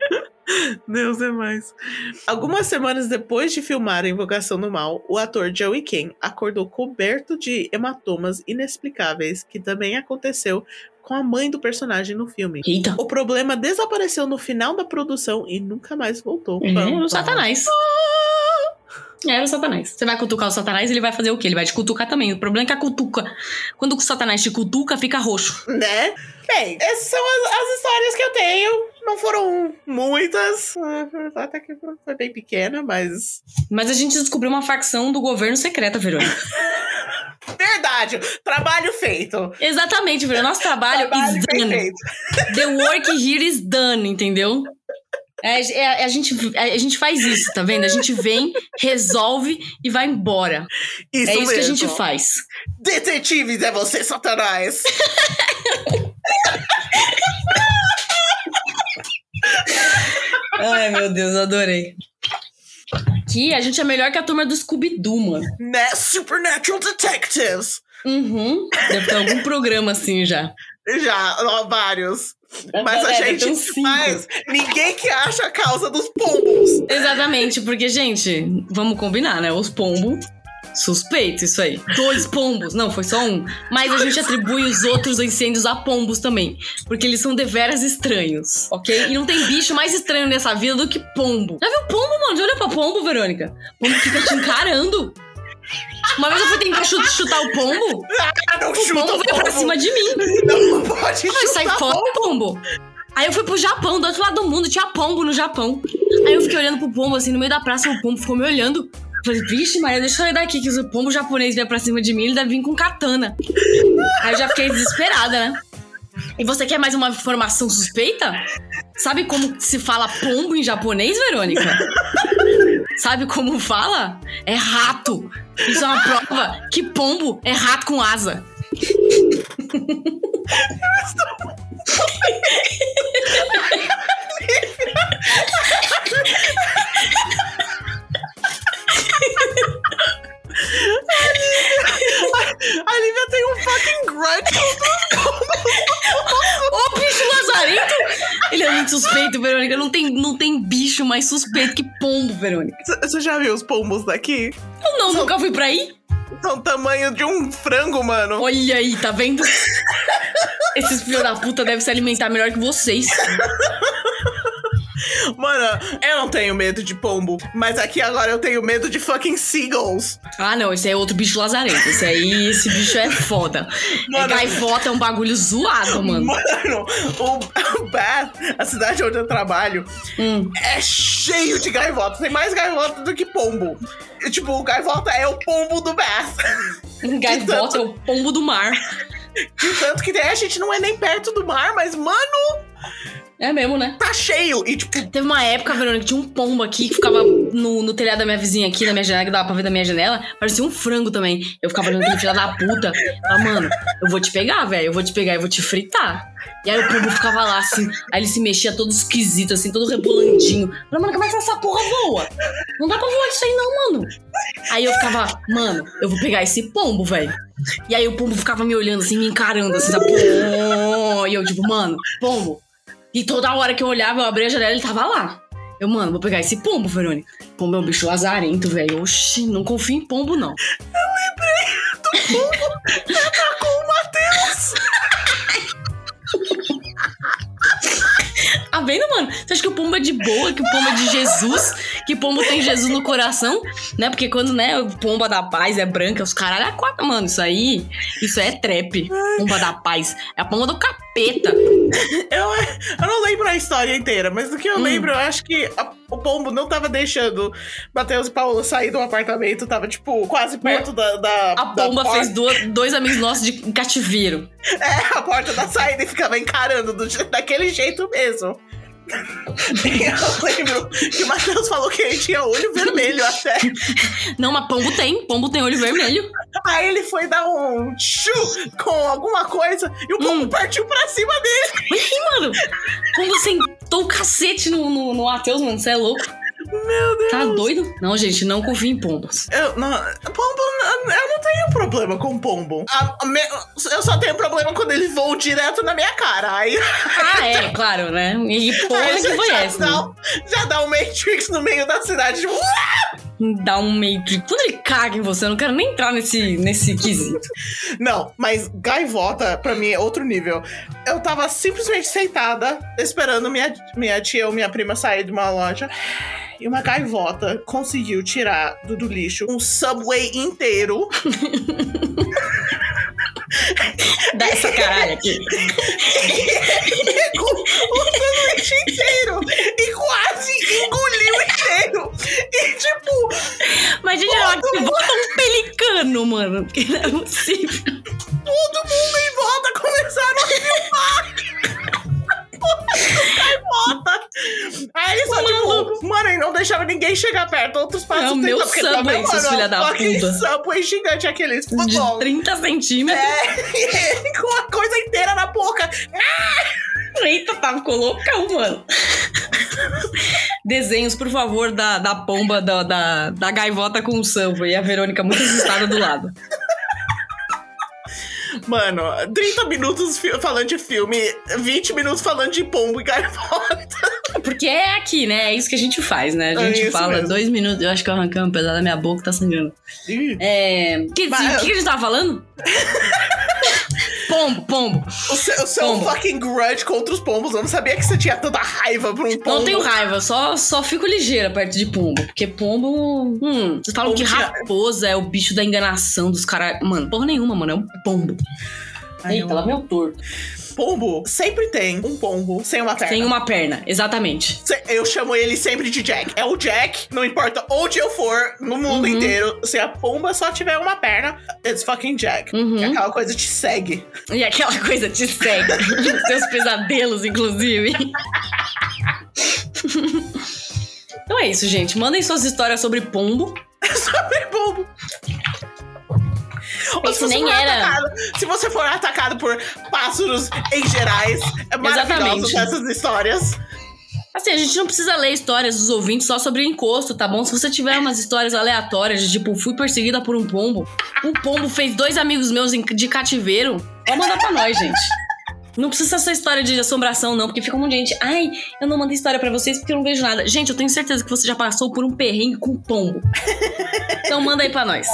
[SPEAKER 1] Deus é mais. Algumas semanas depois de filmar a Invocação do Mal, o ator Joey King acordou coberto de hematomas inexplicáveis, que também aconteceu com a mãe do personagem no filme.
[SPEAKER 2] Eita.
[SPEAKER 1] O problema desapareceu no final da produção e nunca mais voltou.
[SPEAKER 2] É,
[SPEAKER 1] Pam,
[SPEAKER 2] Era
[SPEAKER 1] pam.
[SPEAKER 2] o satanás. É, Era o satanás. Você vai cutucar o satanás, ele vai fazer o quê? Ele vai te cutucar também. O problema é que a cutuca. Quando o satanás te cutuca, fica roxo.
[SPEAKER 1] Né? Bem, essas são as, as histórias que eu tenho. Não foram muitas. Ah, Até que foi bem pequena, mas.
[SPEAKER 2] Mas a gente descobriu uma facção do governo secreta, Verônica.
[SPEAKER 1] Verdade! Trabalho feito!
[SPEAKER 2] Exatamente, Verônica. Nosso trabalho,
[SPEAKER 1] Trabalho
[SPEAKER 2] is
[SPEAKER 1] bem
[SPEAKER 2] done.
[SPEAKER 1] feito.
[SPEAKER 2] The work here is done, entendeu? É, é- a, gente, a gente faz isso, tá vendo? A gente vem, resolve e vai embora.
[SPEAKER 1] Isso
[SPEAKER 2] é isso que a
[SPEAKER 1] mesmo.
[SPEAKER 2] gente faz.
[SPEAKER 1] Detetives é você, Satanás!
[SPEAKER 2] Ai, meu Deus, adorei. Que a gente é melhor que a turma do Scooby-Doo, mano.
[SPEAKER 1] né? Supernatural Detectives!
[SPEAKER 2] Uhum. Deve ter algum programa assim já.
[SPEAKER 1] Já, ó, vários. Mas a
[SPEAKER 2] Galera,
[SPEAKER 1] gente.
[SPEAKER 2] tem cinco.
[SPEAKER 1] Mas ninguém que acha a causa dos pombos.
[SPEAKER 2] Exatamente, porque, gente, vamos combinar, né? Os pombos. Suspeito isso aí. Dois pombos. Não, foi só um. Mas a gente atribui os outros incêndios a pombos também. Porque eles são deveras estranhos, ok? E não tem bicho mais estranho nessa vida do que pombo. Já viu pombo, mano? Já olhou pra pombo, Verônica? Pombo fica te encarando. Uma vez eu fui tentar chu- chutar o pombo,
[SPEAKER 1] Ah, não
[SPEAKER 2] o
[SPEAKER 1] chuta
[SPEAKER 2] pombo
[SPEAKER 1] o
[SPEAKER 2] veio pra
[SPEAKER 1] pombo.
[SPEAKER 2] cima de mim.
[SPEAKER 1] Não pode
[SPEAKER 2] Aí eu saí
[SPEAKER 1] chutar
[SPEAKER 2] fora
[SPEAKER 1] pombo.
[SPEAKER 2] do pombo. Aí eu fui pro Japão, do outro lado do mundo, tinha pombo no Japão. Aí eu fiquei olhando pro pombo, assim, no meio da praça, o pombo ficou me olhando. Falei, vixe, Maria, deixa eu sair daqui, que o pombo japonês vier pra cima de mim, ele deve vir com katana. Aí eu já fiquei desesperada, né? E você quer mais uma informação suspeita? Sabe como se fala pombo em japonês, Verônica? Sabe como fala? É rato. Isso é uma prova que pombo é rato com asa.
[SPEAKER 1] A Lívia tem um fucking grudge.
[SPEAKER 2] Ô, bicho lazarento! Ele é muito suspeito, Verônica. Não tem, não tem bicho mais suspeito que pombo, Verônica.
[SPEAKER 1] C- Você já viu os pombos daqui?
[SPEAKER 2] Eu não, nunca fui pra aí.
[SPEAKER 1] São tamanho de um frango, mano.
[SPEAKER 2] Olha aí, tá vendo? Esses filhos da puta devem se alimentar melhor que vocês.
[SPEAKER 1] Mano, eu não tenho medo de pombo. Mas aqui agora eu tenho medo de fucking seagulls.
[SPEAKER 2] Ah, não, esse aí é outro bicho lazarento. Esse aí, esse bicho é foda.
[SPEAKER 1] Mano.
[SPEAKER 2] É gaivota, é um bagulho zoado, mano.
[SPEAKER 1] Mano, o, o Bath, a cidade onde eu trabalho,
[SPEAKER 2] Hum.
[SPEAKER 1] é cheio de gaivotas. Tem mais gaivota do que pombo. E, tipo, o gaivota é o pombo do Bath.
[SPEAKER 2] Gaivota é o pombo do mar.
[SPEAKER 1] De tanto que tem, a gente não é nem perto do mar, mas, mano,
[SPEAKER 2] É mesmo, né?
[SPEAKER 1] Tá cheio! E tipo,
[SPEAKER 2] Teve uma época, Verônica, que tinha um pombo aqui que ficava no, no telhado da minha vizinha aqui, na minha janela, que dava pra ver da minha janela. Parecia um frango também. Eu ficava olhando aquele filho da puta. Falava, mano, eu vou te pegar, velho. Eu vou te pegar e vou te fritar. E aí o pombo ficava lá, assim. Aí ele se mexia todo esquisito, assim, todo rebolandinho. Eu Falei, mano, como é que essa porra voa? Não dá pra voar isso aí não, mano. Aí eu ficava, mano, eu vou pegar esse pombo, velho. E aí o pombo ficava me olhando, assim, me encarando, assim, sabe? Pô, E eu, tipo, mano, pombo, e toda hora que eu olhava, eu abria a janela e ele tava lá. Eu, mano, vou pegar esse pombo, Verônica. Pombo é um bicho lazarento, velho. Oxi, não confio em pombo, não.
[SPEAKER 1] com o Matheus!
[SPEAKER 2] Tá vendo, mano? Você acha que o pombo é de boa, que o pombo é de Jesus, que o pombo tem Jesus no coração, né? Porque quando, né, o pomba da paz é branca, os caralho é quatro. Mano, isso aí, isso aí é trap. Pomba da paz. É a pomba do capeta.
[SPEAKER 1] Eu, eu não lembro a história inteira, mas do que eu
[SPEAKER 2] Hum.
[SPEAKER 1] lembro, eu acho que a- o pombo não tava deixando Matheus e Paula sair do apartamento, tava, tipo, quase perto da, da.
[SPEAKER 2] A
[SPEAKER 1] da
[SPEAKER 2] pomba
[SPEAKER 1] porta.
[SPEAKER 2] fez duas- dois amigos nossos de em cativeiro.
[SPEAKER 1] É, a porta da saída e ficava encarando do, je- daquele jeito mesmo. eu lembro que o Matheus falou que ele tinha olho vermelho até.
[SPEAKER 2] Não, mas pombo tem. Pombo tem olho vermelho.
[SPEAKER 1] Aí ele foi dar um tchu com alguma coisa e o pombo
[SPEAKER 2] Hum.
[SPEAKER 1] partiu pra cima dele.
[SPEAKER 2] Mano, como sentou o cacete no, no, no Matheus, mano? Você é louco? Meu Deus. Tá doido? Não, gente, não confia em pombos.
[SPEAKER 1] Eu não, pombo, eu não tenho problema com pombo. A- a me- eu só tenho problema quando ele voa direto na minha cara. Aí,
[SPEAKER 2] Ah, é, claro, né? E porra
[SPEAKER 1] aí
[SPEAKER 2] que foi
[SPEAKER 1] já,
[SPEAKER 2] essa?
[SPEAKER 1] dá,
[SPEAKER 2] né?
[SPEAKER 1] um- já dá um Matrix no meio da cidade. tipo, "Uh!"
[SPEAKER 2] Dá um meio de... Quando ele caga em você, eu não quero nem entrar nesse, nesse quesito.
[SPEAKER 1] Não, mas gaivota, pra mim, é outro nível. Eu tava simplesmente sentada, esperando minha, minha tia ou minha prima sair de uma loja. E uma gaivota conseguiu tirar do, do lixo um subway inteiro.
[SPEAKER 2] Dá essa caralho aqui.
[SPEAKER 1] pegou o sanduíche inteiro e quase engoliu inteiro. E tipo,
[SPEAKER 2] Mas, gente, ela bota um pelicano, mano. Porque não é possível.
[SPEAKER 1] todo mundo em volta começaram a filmar. Gaivota. Aí eles só, tipo, mano, e não deixava ninguém chegar perto. Outros passos
[SPEAKER 2] É o meu Subway, seus filha da puta.
[SPEAKER 1] Subway é gigante, aqueles
[SPEAKER 2] De
[SPEAKER 1] futebol.
[SPEAKER 2] 30 centímetros.
[SPEAKER 1] É, com a coisa inteira na boca.
[SPEAKER 2] Eita, tava colocando,
[SPEAKER 1] um,
[SPEAKER 2] mano. Desenhos, por favor, da, da pomba, da, da, da gaivota com o samba. E a Verônica muito assustada do lado.
[SPEAKER 1] Mano, 30 minutos fi- falando de filme, 20 minutos falando de pombo e gaivota.
[SPEAKER 2] Porque é aqui, né? É isso que a gente faz, né? A
[SPEAKER 1] É
[SPEAKER 2] gente
[SPEAKER 1] isso
[SPEAKER 2] fala
[SPEAKER 1] mesmo.
[SPEAKER 2] dois minutos. Eu acho que eu arranquei um pedaço da minha boca, tá sangrando. É. O que,
[SPEAKER 1] Mas-
[SPEAKER 2] que, que a gente tava falando? pombo, pombo.
[SPEAKER 1] O seu, o seu
[SPEAKER 2] Pombo.
[SPEAKER 1] fucking grudge contra os pombos. Eu não sabia que você tinha tanta raiva por um pombo.
[SPEAKER 2] Não tenho raiva, só, só fico ligeira perto de pombo. Porque pombo. Hum, vocês falam
[SPEAKER 1] Pombo
[SPEAKER 2] que
[SPEAKER 1] de ar.
[SPEAKER 2] raposa é o bicho da enganação dos caras. Mano, porra nenhuma, mano. É um pombo.
[SPEAKER 1] Ai, eu-
[SPEAKER 2] ela meu torto.
[SPEAKER 1] Pombo sempre tem um pombo sem uma perna.
[SPEAKER 2] Tem uma perna, exatamente.
[SPEAKER 1] Se- Eu chamo ele sempre de Jack. É o Jack, não importa onde eu for, no mundo
[SPEAKER 2] Uhum.
[SPEAKER 1] inteiro, se a pomba só tiver uma perna, it's fucking Jack.
[SPEAKER 2] Uhum.
[SPEAKER 1] Que aquela coisa te segue.
[SPEAKER 2] E aquela coisa te segue. Seus pesadelos, inclusive. então é isso, gente. Mandem suas histórias sobre pombo.
[SPEAKER 1] É Sobre pombo. Ou
[SPEAKER 2] Isso nem
[SPEAKER 1] for
[SPEAKER 2] era.
[SPEAKER 1] atacado- se você for atacado por pássaros em gerais, é maravilhoso
[SPEAKER 2] Exatamente.
[SPEAKER 1] essas histórias.
[SPEAKER 2] Assim, a gente não precisa ler histórias dos ouvintes só sobre encosto, tá bom? Se você tiver umas histórias aleatórias, de tipo, fui perseguida por um pombo, um pombo fez dois amigos meus em- de cativeiro, pode mandar pra nós, gente. Não precisa ser essa história de assombração, não, porque fica um monte de gente. Ai, eu não mandei história pra vocês porque eu não vejo nada. Gente, eu tenho certeza que você já passou por um perrengue com pombo. Então manda aí pra nós.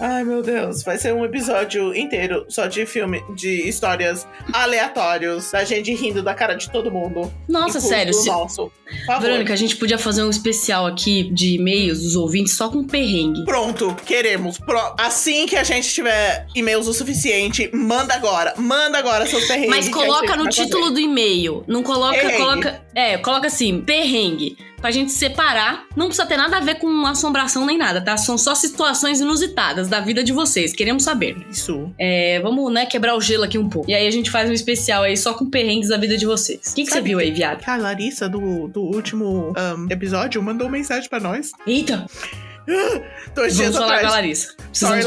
[SPEAKER 1] Ai, meu Deus, vai ser um episódio inteiro só de filme, de histórias aleatórios, da gente rindo da cara de todo mundo.
[SPEAKER 2] Nossa,
[SPEAKER 1] Incluso
[SPEAKER 2] sério.
[SPEAKER 1] do
[SPEAKER 2] se-
[SPEAKER 1] nosso. Por favor.
[SPEAKER 2] Verônica, a gente podia fazer um especial aqui de e-mails dos ouvintes só com perrengue.
[SPEAKER 1] Pronto, queremos. Pro- Assim que a gente tiver e-mails o suficiente, manda agora. Manda agora seus perrengues.
[SPEAKER 2] Mas
[SPEAKER 1] que a gente
[SPEAKER 2] coloca no
[SPEAKER 1] vai
[SPEAKER 2] título do e-mail. Não coloca,
[SPEAKER 1] Perrengue.
[SPEAKER 2] coloca. É, coloca assim, perrengue. Pra gente separar. Não precisa ter nada a ver com assombração nem nada, tá? São só situações inusitadas da vida de vocês. Queremos saber.
[SPEAKER 1] Isso.
[SPEAKER 2] É, vamos, né, quebrar o gelo aqui um pouco. E aí a gente faz um especial aí só com perrengues da vida de vocês. O que, que você
[SPEAKER 1] Sabe
[SPEAKER 2] viu aí, viado?
[SPEAKER 1] Que a Larissa do, do último ahn, episódio mandou mensagem pra nós.
[SPEAKER 2] Eita!
[SPEAKER 1] Dois
[SPEAKER 2] Vamos
[SPEAKER 1] dias
[SPEAKER 2] falar com a
[SPEAKER 1] atrás.
[SPEAKER 2] Larissa.
[SPEAKER 1] Sorry,
[SPEAKER 2] Precisamos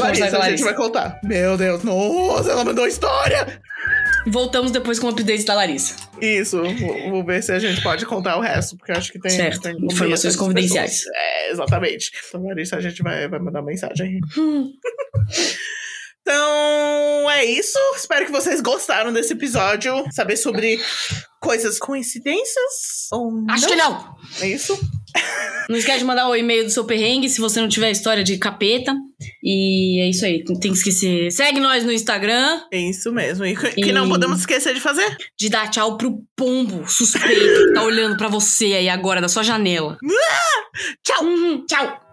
[SPEAKER 1] Larissa,
[SPEAKER 2] conversar com a
[SPEAKER 1] a gente
[SPEAKER 2] Larissa.
[SPEAKER 1] vai contar. Meu Deus, nossa, ela mandou história!
[SPEAKER 2] Voltamos depois com o update da Larissa.
[SPEAKER 1] Isso, vou, vou ver se a gente pode contar o resto, porque eu acho que tem.
[SPEAKER 2] Certo,
[SPEAKER 1] tem
[SPEAKER 2] informações
[SPEAKER 1] essas
[SPEAKER 2] confidenciais.
[SPEAKER 1] pessoas. É, exatamente. Então, Larissa, a gente vai, vai mandar mensagem.
[SPEAKER 2] Hum.
[SPEAKER 1] Então, é isso. Espero que vocês gostaram desse episódio. Saber sobre coisas coincidências ou não.
[SPEAKER 2] Acho que não!
[SPEAKER 1] É isso.
[SPEAKER 2] Não esquece de mandar o e-mail do seu perrengue se você não tiver história de capeta. E é isso aí, não tem que esquecer. Segue nós no Instagram,
[SPEAKER 1] É isso mesmo. E que, que
[SPEAKER 2] E-
[SPEAKER 1] não podemos esquecer de fazer.
[SPEAKER 2] de dar tchau pro pombo suspeito que tá olhando pra você aí agora da sua janela.
[SPEAKER 1] Tchau!
[SPEAKER 2] Uhum, tchau!